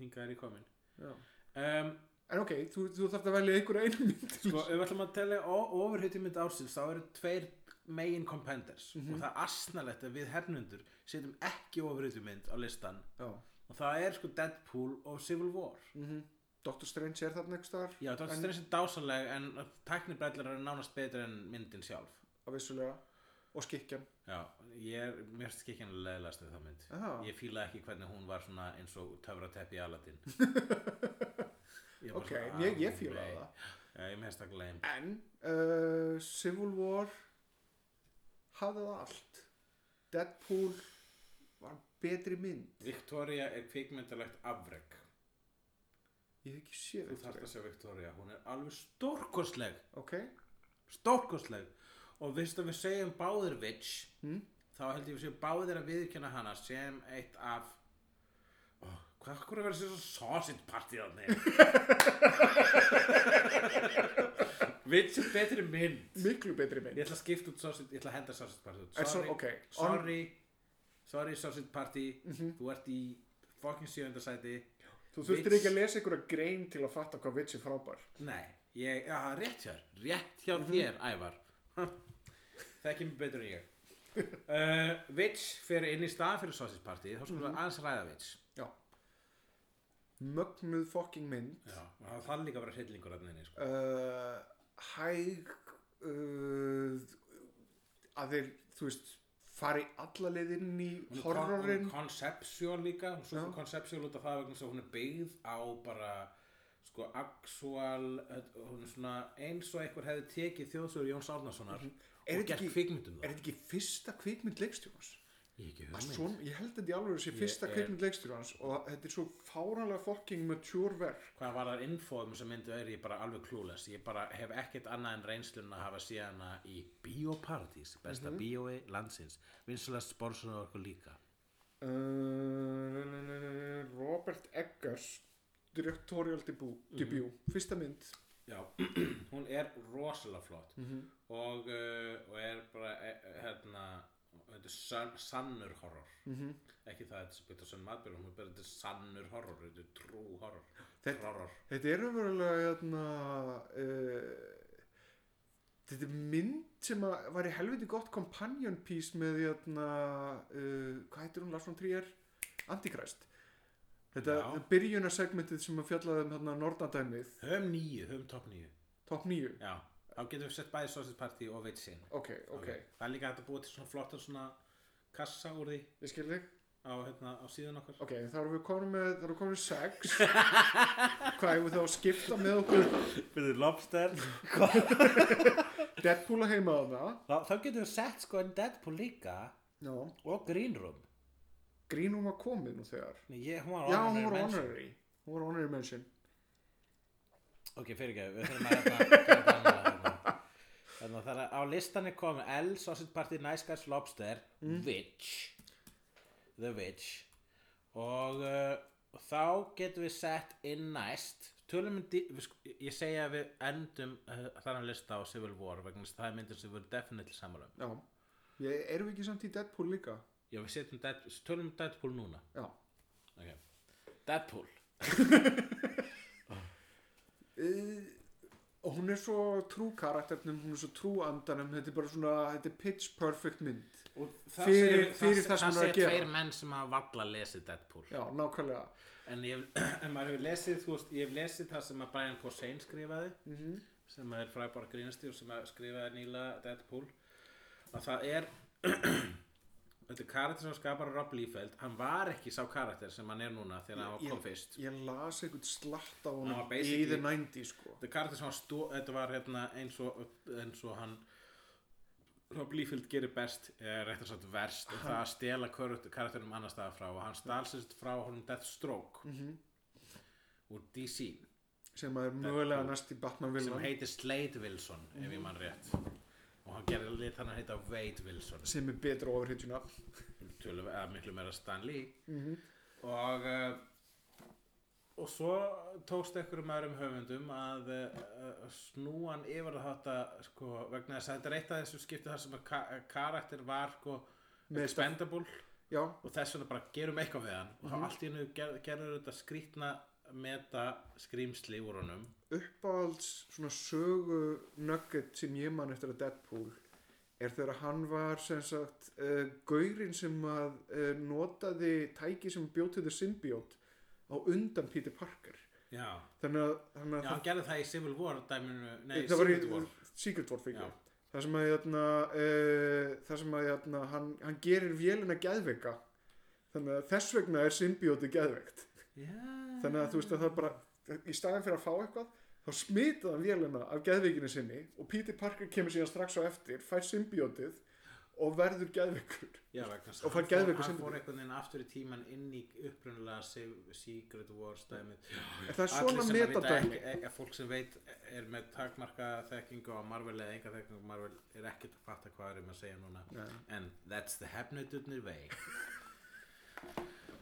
Speaker 1: þingar er í komin
Speaker 3: Já.
Speaker 1: um,
Speaker 3: en ok, þú, þú þarft að velja einhverja einu mynd til.
Speaker 1: Sko, ef við ætlum að telja ofurhutti mynd ársins þá eru tveir megin compenders
Speaker 3: Mhm.
Speaker 1: og það er asnalegt að við hernundur setjum ekki ofurhutti mynd á listan
Speaker 3: já,
Speaker 1: og það er sko Deadpool og Civil War
Speaker 3: Mhm. Doctor Strange er þarna einhvers staðar
Speaker 1: Já, Dr.
Speaker 3: En-
Speaker 1: Strange er dásaleg en tæknibræðlar eru nánast betur en myndin sjálf
Speaker 3: að vissulega og skikkjan
Speaker 1: Já, ég er mér skikkin leðilegast við það mynd
Speaker 3: Aha.
Speaker 1: Ég fíla ekki hvernig hún var svona eins og töfratepp í Aladdin Ég bara
Speaker 3: ok,
Speaker 1: svona,
Speaker 3: en ég, ég
Speaker 1: ah,
Speaker 3: fílaði
Speaker 1: nei.
Speaker 3: það
Speaker 1: Já, ég mér stakk leim
Speaker 3: En uh, Civil War hafði það allt Deadpool var betri mynd
Speaker 1: Victoria er kvikmyndalegt afreg
Speaker 3: Ég hef ekki séð
Speaker 1: Þú þarft að sjá Victoria, hún er alveg stórkostleg
Speaker 3: Ok,
Speaker 1: Stórkostleg Og viðst að við segjum báðir Witch
Speaker 3: Mm.
Speaker 1: Þá held ég við segjum báðir að viðurkenna hana sem eitt af oh, Hvað akkur er verið þessi sausage party þarna Witch er betri mynd
Speaker 3: miklu betri mynd
Speaker 1: Ég ætla að skipta út sausage, ég ætla að henda sausage party út
Speaker 3: Er svo-
Speaker 1: Sorry,
Speaker 3: ok, on- Mhm.
Speaker 1: sorry, sorry sausage party Þú ert í fucking sjöndasæti
Speaker 3: Þú þurftir ekki að lesa einhverja grein til að fatta hvað vits er frábær
Speaker 1: Nei, ég, já, rétt hjá, þér, rétt hjá þér, Ævar Þekki mig betur en ég uh, Vits fyrir inn í stað fyrir sausage party Þá skulum við aðeins ræða vits
Speaker 3: Já Mögnuð fucking mynd
Speaker 1: Já, og það þarf líka að vera hryllingur að neini sko.
Speaker 3: uh, Hæg uh, að þeir, þú veist fari alla leið inn
Speaker 1: Hún
Speaker 3: í
Speaker 1: er kon- Hún
Speaker 3: horrorin
Speaker 1: er conceptual líka Hún er
Speaker 3: Já.
Speaker 1: super conceptual út af það vegna þess að hún er byggð á bara sko actual uh, hún er svona eins og einhver hefði tekið þjóðsögur Jóns Árnasonar
Speaker 3: Mhm. Er
Speaker 1: og
Speaker 3: þetta
Speaker 1: gert um
Speaker 3: ekki-
Speaker 1: kvikmyndum
Speaker 3: Er þetta ekki fyrsta kvikmynd leikstjóðans?
Speaker 1: Ég hef ekki
Speaker 3: Að
Speaker 1: hugmynd
Speaker 3: Svona, ég held að þetta í alveg sé fyrsta
Speaker 1: Ég er-
Speaker 3: kvikmynd leikstur hans og þetta er svo fáranlega fucking mature verk
Speaker 1: hvað var það infóðum sem myndu er ég bara alveg klúles ég bara hef ekkert annað en reynslun að hafa síðan að í Bíóparadís besta mm bíói landsins vinsulega spórsunum okkur líka
Speaker 3: uh, Robert Eggers directorial debut,
Speaker 1: Mhm.
Speaker 3: debut fyrsta mynd
Speaker 1: já, hún er rosalega flott og, uh, og er bara e, e- hérna þetta er san, sannur horror -hmm. ekki það að þetta er byggt á sann matbyrjum hún er bara þetta er sannur horror, þetta er trú horror
Speaker 3: Þetta-
Speaker 1: horror
Speaker 3: þetta er umverulega hérna, uh, þetta er mynd sem að var í helviti gott companion piece með hérna, uh, hvað heitir hún Lars von Trier? Antikrist þetta
Speaker 1: Já.
Speaker 3: byrjunarsegmentið sem að fjallaði um hérna, Nordadæmið,
Speaker 1: höfum nýju, höfum topp nýju
Speaker 3: top 9
Speaker 1: já, þá getum við sett bæði Sausage Party og Vitsin
Speaker 3: ok, ok,
Speaker 1: Það er líka hægt að búa til svona flottan svona kassa úr því
Speaker 3: ég skil þig
Speaker 1: á, hérna, á síðan okkar.
Speaker 3: Ok, þá erum við komin með, þá erum við komin með sex Hvað hefur þá að skipta með okkur
Speaker 4: Byrðu lobster
Speaker 3: Deadpool að heima þarna
Speaker 1: Þá, þá getum við sett sko en Deadpool líka
Speaker 3: Já
Speaker 1: og Green Room.
Speaker 3: Grínum var komið nú þegar
Speaker 1: Nei, ég, hún var
Speaker 3: Já,
Speaker 1: honorary
Speaker 3: hún var
Speaker 1: mention.
Speaker 3: honorary Hún var honorary mention
Speaker 1: Ok, fyrir ekki, við þurfum að hérna, gera þetta annað hérna. Þannig að það er á listan er komið L, Sausage Party, Nice Guys, Lobster,
Speaker 3: Mm.
Speaker 1: Witch, The Witch og uh, þá getum við sett inn næst tölum við, di- við sk- ég segja að við endum uh, þannig lista á Civil War vegna þess að það er myndir sem við erum definitely sammála um
Speaker 3: Já ég, Erum við ekki samt í Deadpool líka?
Speaker 1: Já, við setjum Dead, tölum um Deadpool núna
Speaker 3: Já
Speaker 1: okay. Deadpool
Speaker 3: uh, og hún er svo trú karakternum hún er svo trú andanum þetta er bara svona, þetta er pitch perfect mynd
Speaker 1: Og
Speaker 3: Fyrir- fyrir það sem hún er
Speaker 1: segja
Speaker 3: að gera.
Speaker 1: tveir menn sem hafa valla lesið Deadpool
Speaker 3: já, nákvæmlega
Speaker 1: en, ég, en maður hefur lesið, þú veist, ég hef lesið það sem að Brian Posehn skrifaði
Speaker 3: Mhm.
Speaker 1: sem er fræbara grínasti og sem að skrifaði nýla Deadpool að það er þetta er karakter sem skapar Rob Liefeld hann var ekki sá karakter sem hann er núna þegar hann var kom fyrst
Speaker 3: ég las einhvern slatt
Speaker 1: Hann
Speaker 3: á
Speaker 1: var
Speaker 3: honum í
Speaker 1: basically-
Speaker 3: the 90s sko
Speaker 1: þetta er karakter sem hann stó þetta var hérna eins og, eins og hann Rob Liefeld gerir best eða rétt að sagt verst og það að stela karakter- karakterinum annars staðar frá og hann stalsist frá honum Deathstroke
Speaker 3: Mhm.
Speaker 1: úr DC
Speaker 3: sem að er mögulega næst í Batman
Speaker 1: sem
Speaker 3: villan
Speaker 1: heitir Slade Wilson ef ég mann rétt og hann gerir lit hann að heita Wade Wilson
Speaker 3: sem er betra ofurhytjuna
Speaker 1: tölum eða miklu meira Stan Lee og uh, og svo tókst einhverjum öðrum höfundum að uh, snúan yfir að þetta sko, vegna þess að þetta er eitt af þessu skipti þar sem að ka karakter var sko,
Speaker 3: Með
Speaker 1: expendable
Speaker 3: já,
Speaker 1: og þess vegna bara gerum eitthvað við hann og þá allt í hennu ger, gerður þetta skrýtna meta skrýmsli úr honum
Speaker 3: uppáhalds svona sögu nugget sem ég man eftir að Deadpool er þegar hann var sem sagt uh, gaurinn sem að uh, notaði tæki sem bjótið the Symbiote á undan Peter Parker
Speaker 1: já,
Speaker 3: þannig að, þannig
Speaker 1: já
Speaker 3: að
Speaker 1: hann gerði það í Civil War dæminu, nei,
Speaker 3: það var í
Speaker 1: Civil War
Speaker 3: Secret War fíkja
Speaker 1: Já.
Speaker 3: það sem að jæna, uh, það sem að jæna, hann, hann gerir vélina geðveika þannig að þess vegna er Symbiote geðveikt
Speaker 1: já,
Speaker 3: þannig að þú veist að það bara í staðan fyrir að fá eitthvað þá smitaði hann vélina af geðveikinu sinni og Peter Parker kemur síðan strax á eftir fær symbiótið og verður geðveikur
Speaker 1: Já, vegna þess
Speaker 3: Og
Speaker 1: að
Speaker 3: fær
Speaker 1: hann
Speaker 3: geðveiku
Speaker 1: fór- hann
Speaker 3: syndrom.
Speaker 1: fór einhvern veginn aftur í tíman inn í upprunalega Se- Secret Wars dæmið
Speaker 3: en það er svona metadæmi
Speaker 1: metadæmi e- fólk sem veit er með takmarka þekkingu á Marvel eða enga þekkingu á Marvel er ekkert að fatta hvað erum að segja núna
Speaker 3: Nei.
Speaker 1: en that's the hefnuturnir vei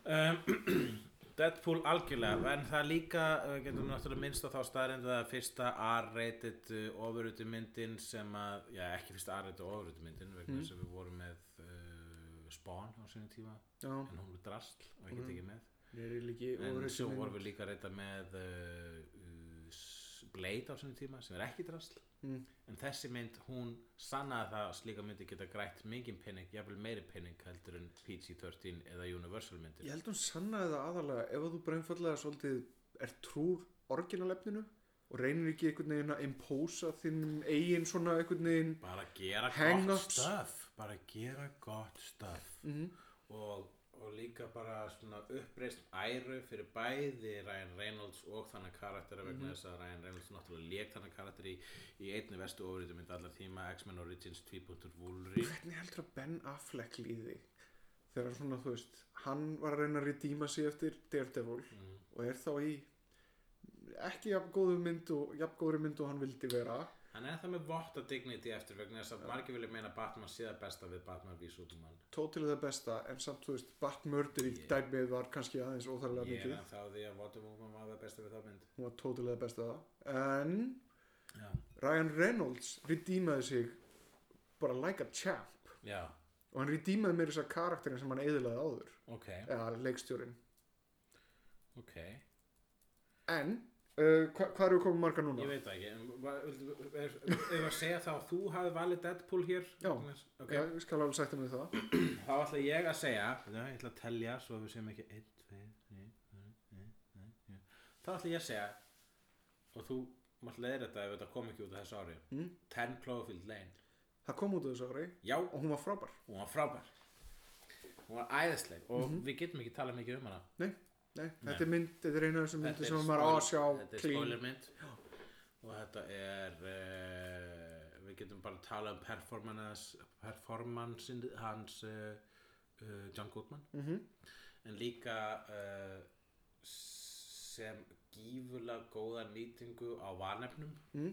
Speaker 1: um, Deadpool algjörlega en það líka uh, getur við náttúrulega minnst á þá staðrindu að fyrsta R-rated ofurutu myndin sem að, já ekki fyrsta R-rated ofurutu myndin vegna þess að við vorum með uh, Spawn á sinni tíma
Speaker 3: já,
Speaker 1: en hún er drasl og ekki tekið með
Speaker 3: ég er líki
Speaker 1: en svo vorum við líka að reyta með uh, uh, s- Blade á svona tíma sem er ekki drasl
Speaker 3: Mm.
Speaker 1: en þessi mynd hún sannaði það að slíka myndi geta grætt mikið penning, jafnvel meiri penning heldur en PG-13 eða Universal myndir
Speaker 3: ég held hún sannaði það aðalega ef að þú bara einfallega svolítið er trúr orginalefninu og reynir ekki einhvern veginn að impósa þinn eigin svona einhvern veginn
Speaker 1: bara gera
Speaker 3: Hang-ups.
Speaker 1: gott stöf bara gera gott stöf
Speaker 3: Mhm.
Speaker 1: -hmm. og, og líka bara svona uppreist æru fyrir bæði Ryan Reynolds og þannig karakteri vegna
Speaker 3: Mhm.
Speaker 1: þess að Ryan Reynolds náttúrulega lék þannig karakteri í, í einni vestu ofriðu mynd allar tíma X-Men Origins 2.0 Wolverine
Speaker 3: hvernig heldur að Ben Affleck líði þegar svona þú veist hann var að reyna að redeema sig eftir Daredevil
Speaker 1: Mm.
Speaker 3: og er þá í ekki jafn góðu mynd og jafn góðri mynd og hann vildi vera
Speaker 1: hann er það með votta dignity eftir vegna þess að margir vilja meina Batman sé það besta við Batman v Superman
Speaker 3: tótilega það besta en samt þú veist Batmurder í
Speaker 1: Ég-
Speaker 3: dæmið var kannski aðeins óþærlega
Speaker 1: ég er
Speaker 3: mikið
Speaker 1: það þá því að Wonder Woman var það besta við það mynd
Speaker 3: hún var tótilega besta en
Speaker 1: já,
Speaker 3: Ryan Reynolds redeemaði sig bara like a champ
Speaker 1: já.
Speaker 3: og hann redeemaði meira þess að karakterin sem hann eðilaði áður
Speaker 1: ok,
Speaker 3: eða leikstjórin
Speaker 1: ok
Speaker 3: en uh, hva, hvað eru komið marga núna?
Speaker 1: ég veit það ekki en va- vildu- er- ef að segja þá að þú hafi valið Deadpool hér
Speaker 3: Já.
Speaker 1: ok,
Speaker 3: Já, ég skal alveg sagt um það
Speaker 1: þá ætla ég að segja já, ég ætla að telja svo við segjum ekki 1, 2, 3, 4, 5, 6 þá ætla ég að segja og þú mátt leiðir þetta ef þetta kom ekki út á þessu ári mm? 10 Cloverfield Lane
Speaker 3: Það kom út á þessu ári
Speaker 1: já,
Speaker 3: og hún var frábær
Speaker 1: hún var frábær hún var æðisleg og við getum ekki talað mikið um hana
Speaker 3: Nei, nei, þetta er mynd, þetta er eina af þessum
Speaker 1: Þetta
Speaker 3: myndi
Speaker 1: er
Speaker 3: sem maður á að
Speaker 1: spoil-
Speaker 3: sjá
Speaker 1: þetta er
Speaker 3: clean.
Speaker 1: spoilermynd og þetta er uh, við getum bara talað um performance performance hans uh, uh, John Goodman
Speaker 3: Mhm.
Speaker 1: en líka uh, sem gífulega góða nýtingu á vanefnum
Speaker 3: Mm.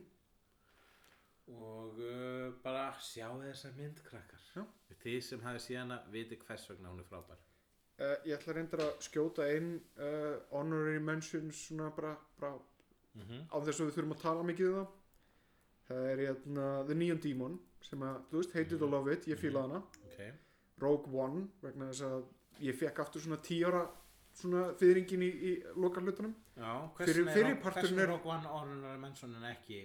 Speaker 1: og uh, bara sjá þessa mynd krakkar
Speaker 3: Já.
Speaker 1: þið sem hafið síðan að viti hvers vegna hún er frábær
Speaker 3: uh, Ég ætla reyndar að skjóta inn uh, honorary mentions svona bara, bara
Speaker 1: mm
Speaker 3: á þess að við þurfum að tala mikið um það Það er hérna The Neon Demon sem að, þú veist, hate it
Speaker 1: Mhm.
Speaker 3: or love it, ég fílaði hana
Speaker 1: ok,
Speaker 3: Rogue One vegna þess að ég fekk aftur svona tíara svona fyrringin í, í lokarlutunum
Speaker 1: já
Speaker 3: Fyrir-
Speaker 1: hversu
Speaker 3: fyrri parturinn
Speaker 1: er
Speaker 3: er-
Speaker 1: Rogue One orðunar mennsson en ekki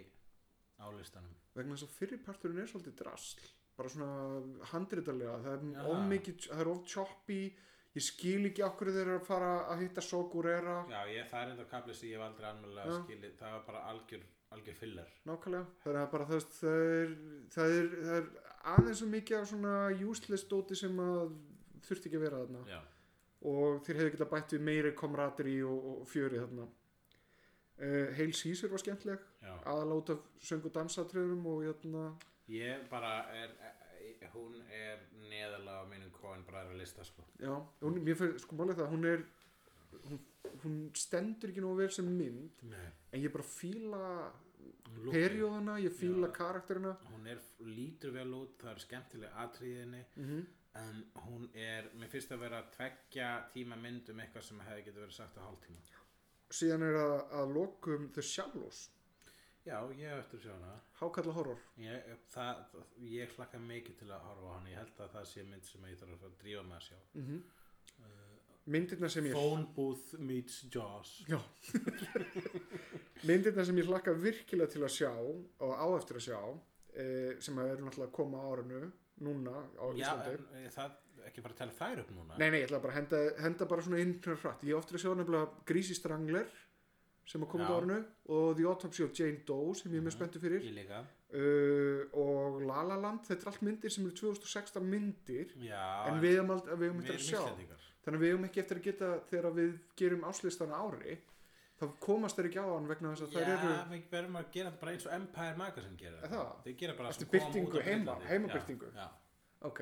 Speaker 1: á listanum
Speaker 3: vegna þess að fyrirparturinn er svolítið drasl bara svona handritalega það er
Speaker 1: Já.
Speaker 3: of mikið, það er of choppy ég skil ekki okkur þeir eru að fara að hitta Sogurera,
Speaker 1: Já, ég, það er enda kapli sem ég hef aldrei anmjölega
Speaker 3: Já.
Speaker 1: skilið það var bara algjör, algjör filler
Speaker 3: nákvæmlega það er bara, það, það, er, það, er, það er aðeins svo mikið af svona useless dóti sem að þurfti ekki að vera þarna
Speaker 1: Já,
Speaker 3: og þeir hefðu getað bætt við meiri komrateri og, og fjöri þarna uh, Hail Caesar var skemmtileg
Speaker 1: já
Speaker 3: aðal út af söng og dansatriðurum og hérna, jæna,
Speaker 1: Ég bara er, eh, hún er neðalega á mínum kóin bræðra lista sko
Speaker 3: já, hún, mér fyrir sko málið það, hún er hún, hún stendur ekki nógu vel sem mynd
Speaker 1: Nei,
Speaker 3: en ég bara fíla perióðana, ég fíla
Speaker 1: Já.
Speaker 3: karakterina
Speaker 1: Hún er, lítur vel út, það er skemmtileg atriðinni
Speaker 3: mm
Speaker 1: en hún er, mér finnst að vera tveggja tíma mynd um eitthvað sem hefði getur verið sagt á hálftíma
Speaker 3: síðan er að, að lokum The Shallows
Speaker 1: Já, ég hef eftir að sjá hana
Speaker 3: hákalla horror
Speaker 1: Ég, það, ég hlakka mikið til að horfa á hann ég held að það sé mynd sem ég þarf að drífa með að sjá
Speaker 3: mm myndirna Eh, sem ég
Speaker 1: Phone Booth meets Jaws
Speaker 3: Já Myndirna sem ég hlakka virkilega til að sjá og á eftir að sjá eh, sem að eru náttúrulega að koma á árinu núna á
Speaker 1: Já,
Speaker 3: Íslandi
Speaker 1: en, eh, það, ekki bara að tala þær upp núna
Speaker 3: Nei, nei, ég ætla bara að henda, henda bara svona inn svona hratt. Ég á eftir að sjá nefnilega Greasy Strangler sem að koma
Speaker 1: Já.
Speaker 3: á árinu og The Autopsy of Jane Doe sem ég er mjög
Speaker 1: Mhm.
Speaker 3: spenntu fyrir
Speaker 1: Ég líka
Speaker 3: uh, og La La Land, þetta er allt myndir sem eru 2016 myndir
Speaker 1: Já,
Speaker 3: en við erum aldrei, við erum
Speaker 1: við
Speaker 3: eftir
Speaker 1: erum
Speaker 3: að sjá
Speaker 1: Íslendingar.
Speaker 3: þannig að við erum ekki eftir að geta þegar við gerum áslistana ári þá komast þeir ekki á hann vegna þess að
Speaker 1: Já,
Speaker 3: þær eru
Speaker 1: við verðum að gera þetta bara eins og Empire Magazine gera
Speaker 3: Er það?
Speaker 1: Þeir gera bara
Speaker 3: Eftir
Speaker 1: sem kom
Speaker 3: birtingu
Speaker 1: út af
Speaker 3: heima-
Speaker 1: Bretlandi.
Speaker 3: heimabirtingu?
Speaker 1: Já, já.
Speaker 3: Ok,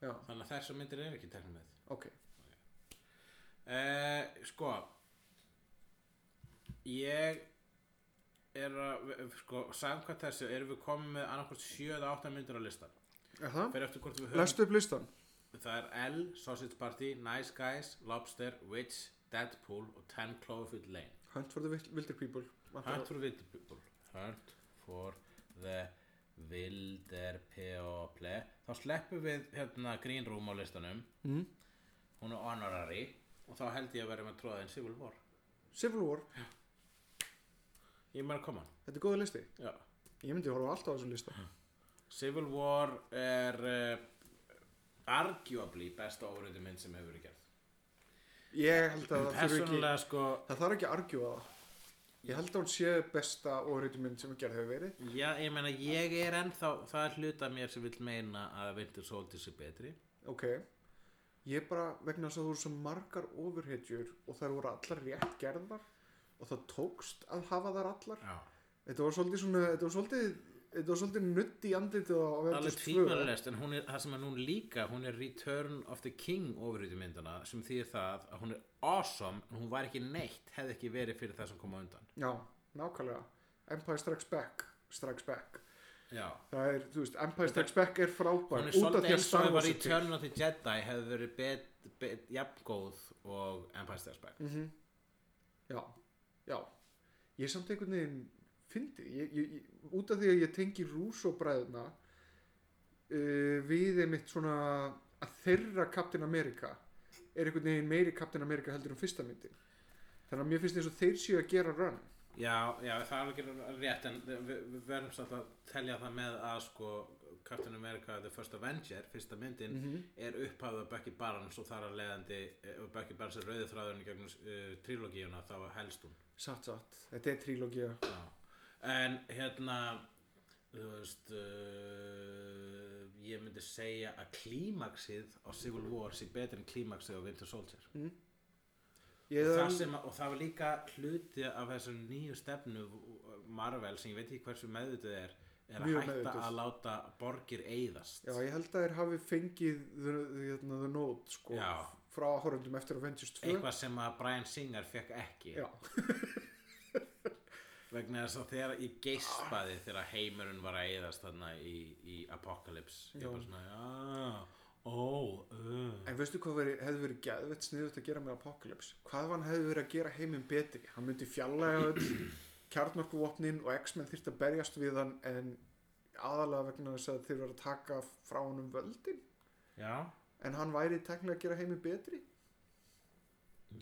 Speaker 3: já,
Speaker 1: Þannig að þessar myndir eru ekki teknum með
Speaker 3: ok
Speaker 1: Eh, sko ég er að við- sko, samkvæmt þessu erum við komið með annarkvort 7 eða 8 myndir á listan
Speaker 3: Er það?
Speaker 1: fyrir eftir hvort við höfum
Speaker 3: Lestu upp listan
Speaker 1: það er L, Sausage Party, Nice Guys Lobster, Witch, Deadpool og 10 Cloverfield Lane
Speaker 3: Hunt for the Wild- Wilder People Vantar
Speaker 1: Hunt
Speaker 3: á-
Speaker 1: for the Wilder People Hunt for the Wilder People þá sleppum við hérna Green Room á listanum
Speaker 3: Mm.
Speaker 1: hún er honorary og þá held ég að vera með að tróða en Civil War
Speaker 3: Civil War,
Speaker 1: ég er bara að koma hann
Speaker 3: þetta er góða listi
Speaker 1: Já.
Speaker 3: Ég myndi horfa alltaf á þessum lista
Speaker 1: Civil War er uh, arguably besta ofuröðu mynd sem hefur verið gerð
Speaker 3: Ég held að það þurfi ekki
Speaker 1: persónulega sko
Speaker 3: Það þarf ekki að argjúa það Ég held að hún sé besta óreitum mynd sem gerð hefur verið
Speaker 1: já, ég meina ég er ennþá það er hluta mér sem vil meina að Vinter Soltis er betri
Speaker 3: Ok Ég bara, vegna þess að þú eru svo margar ofurhetjur og þær voru allar rétt gerðar og það tókst að hafa þær allar
Speaker 1: já.
Speaker 3: Þetta var svolítið svona, þetta var svolítið Þetta var svolítið nutt í andlitið á
Speaker 1: alveg
Speaker 3: Avengers 2.
Speaker 1: tvímælilegt en hún er, það sem er núna líka hún er Return of the King ofuröðu myndana sem þýðir það að hún er awesome en hún var ekki neitt hefði ekki verið fyrir það sem kom á undan
Speaker 3: Já, nákvæmlega Empire Strikes Back Strikes Back
Speaker 1: já
Speaker 3: Það er, þú veist, Empire Strikes Back er frábær
Speaker 1: hún er
Speaker 3: út af
Speaker 1: svolítið
Speaker 3: því að
Speaker 1: eins og
Speaker 3: Star
Speaker 1: ef
Speaker 3: Wars
Speaker 1: að
Speaker 3: er til
Speaker 1: Return of the Jedi hefði verið bet, bet, jafn góð og Empire Strikes Back
Speaker 3: Mhm. Já, já Ég samt einhvern veginn fyndi ég, ég, ég, út af því að ég tengi Rússo bræðuna uh, við einmitt svona að þeirra Captain America er einhvern veginn meiri Captain America heldur en fyrsta myndin þannig að mér finnst eins og þeir séu að gera run
Speaker 1: Já, já, það er alveg rétt en við, við verðum samt að telja það með að sko Captain America The First Avenger, fyrsta myndin er upphafða Bucky Barnes og þar að leiðandi eh, og Bucky Barnes er rauðið þráðurinn í gegnum uh, trilogíuna, þá helst hún
Speaker 3: Satt, satt, þetta er trílógia
Speaker 1: já. En hérna þú veist uh, ég myndi segja að klímaksið á Civil War sé betri en klímaksið á Winter Soldier
Speaker 3: Ég
Speaker 1: það sem, að- og það var líka hluti af þessum nýju stefnu Marvel sem ég veit ekki hversu meðvitað er er að
Speaker 3: Mjög
Speaker 1: hætta
Speaker 3: meðvituð.
Speaker 1: að láta borgir eyðast
Speaker 3: Já, ég held að þeir hafi fengið The, the, the, the Note sko,
Speaker 1: Já.
Speaker 3: frá horfundum eftir Avengers 2
Speaker 1: eitthvað sem að Brian Singer fekk ekki
Speaker 3: Já,
Speaker 1: vegna þess að þegar ég geispaði þegar heimurinn var að eyðast þarna í, í Apocalypse ég
Speaker 3: Já.
Speaker 1: bara svona, já, ó uh.
Speaker 3: en veistu hvað veri, hefði verið geðvett sniðut að gera með Apocalypse? Hvað ef hann hefði verið að gera heiminn betri? Hann myndi fjallega öll kjarnorkuvopnin og X-Men þyrfti að berjast við hann en aðalega vegna þess að þeir verið að taka frá honum völdin
Speaker 1: já,
Speaker 3: en hann væri teknilega að gera heiminn betri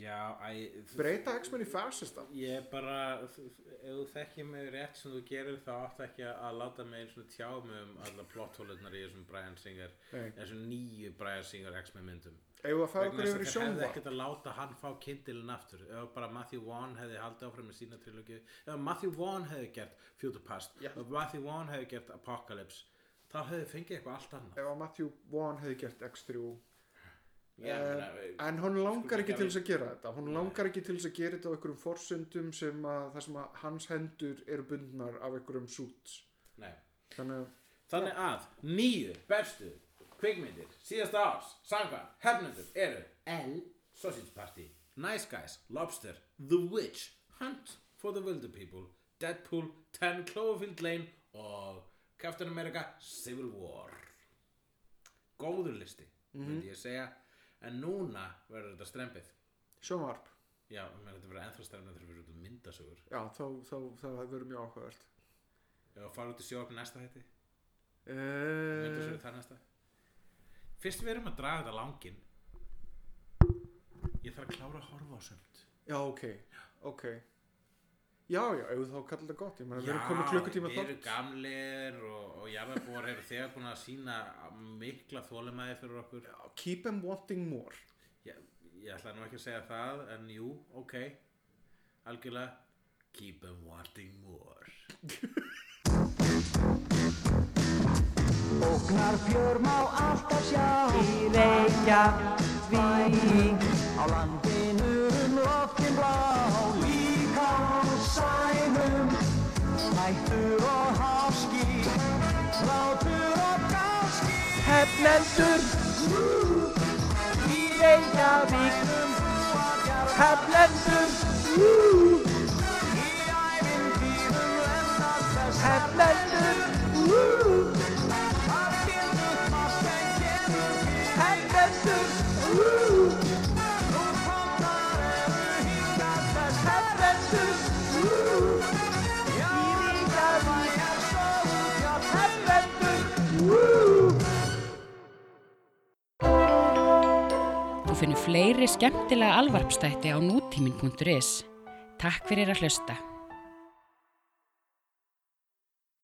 Speaker 1: Já, æ, þú-
Speaker 3: breyta X-Men í fascista
Speaker 1: Ég bara, ef þú þekkir mig rétt sem þú gerir þá áttu ekki að láta mig einu svona tjá mig um alla plotthólurnar í þessum Brian Singer,
Speaker 3: Nei.
Speaker 1: þessum nýju Brian Singer X-Men myndum.
Speaker 3: eigum við að fara okkur
Speaker 1: þess
Speaker 3: yfir
Speaker 1: þeir
Speaker 3: í
Speaker 1: hefðu
Speaker 3: sjónvarp
Speaker 1: ekkert að láta hann fá kindilin aftur. Ef bara Matthew Vaughn hefði haldið áfram með sína trilógi, ef Matthew Vaughn hefði gert Future Past,
Speaker 3: Já.
Speaker 1: ef Matthew Vaughn hefði gert Apocalypse, þá hefði fengið eitthvað allt annað.
Speaker 3: ef að Matthew Vaughn hefði gert X3
Speaker 1: Ég meina,
Speaker 3: en hún langar
Speaker 1: Skulum
Speaker 3: ekki
Speaker 1: ekki
Speaker 3: til þess að gera þetta hún langar ekki til þess að gera þetta á einhverjum forsendum sem að það sem að hans hendur eru bundnar af einhverjum suits
Speaker 1: nei.
Speaker 3: þannig að
Speaker 1: Þannig að nýju bestu kvikmyndir síðasta árs sanga hefnendur eru L Sausage Party, Nice Guys, Lobster, The Witch, Hunt for the Wilder People, Deadpool, 10 Cloverfield Lane og Captain America Civil War. Góður listi, myndi ég segja. En núna verður þetta strempið.
Speaker 3: sjónvarp
Speaker 1: Já, menn þetta verður ennþá strempið þegar við erum út um myndasögur.
Speaker 3: já þá, þá, þá það verður mjög áhugavert
Speaker 1: Ef að fara út í sjófn næsta hætti.
Speaker 3: uh, Eh,
Speaker 1: Myndasögur þar næsta Fyrst við erum að draga þetta langinn Ég þarf að klára að horfa á sumt
Speaker 3: já ok ok já já ef þú þá kallar þetta gott ég meina við erum komið klukkutíma
Speaker 1: við erum gamlir og, og jarðarbúar hefur þegar búin að sína mikla þólemæði fyrir okkur
Speaker 3: þá keep em wanting more
Speaker 1: ég, ég ætla nú ekki að segja það en jú, ok algjörlega keep them wanting more
Speaker 5: Ógnar fjör má alltaf sjá Í Reykjavík Á landinu um loftin blá Líka á sænum Nættur og háski Látur og gáski Hefnendur Í Reykjavík Hefnendur Í ævintýrum lendar þess Hefnendur Hefnendur Woo!
Speaker 2: Þú finnir fleiri skemmtilega alvarpstætti á nútímin.is. Takk fyrir að hlusta.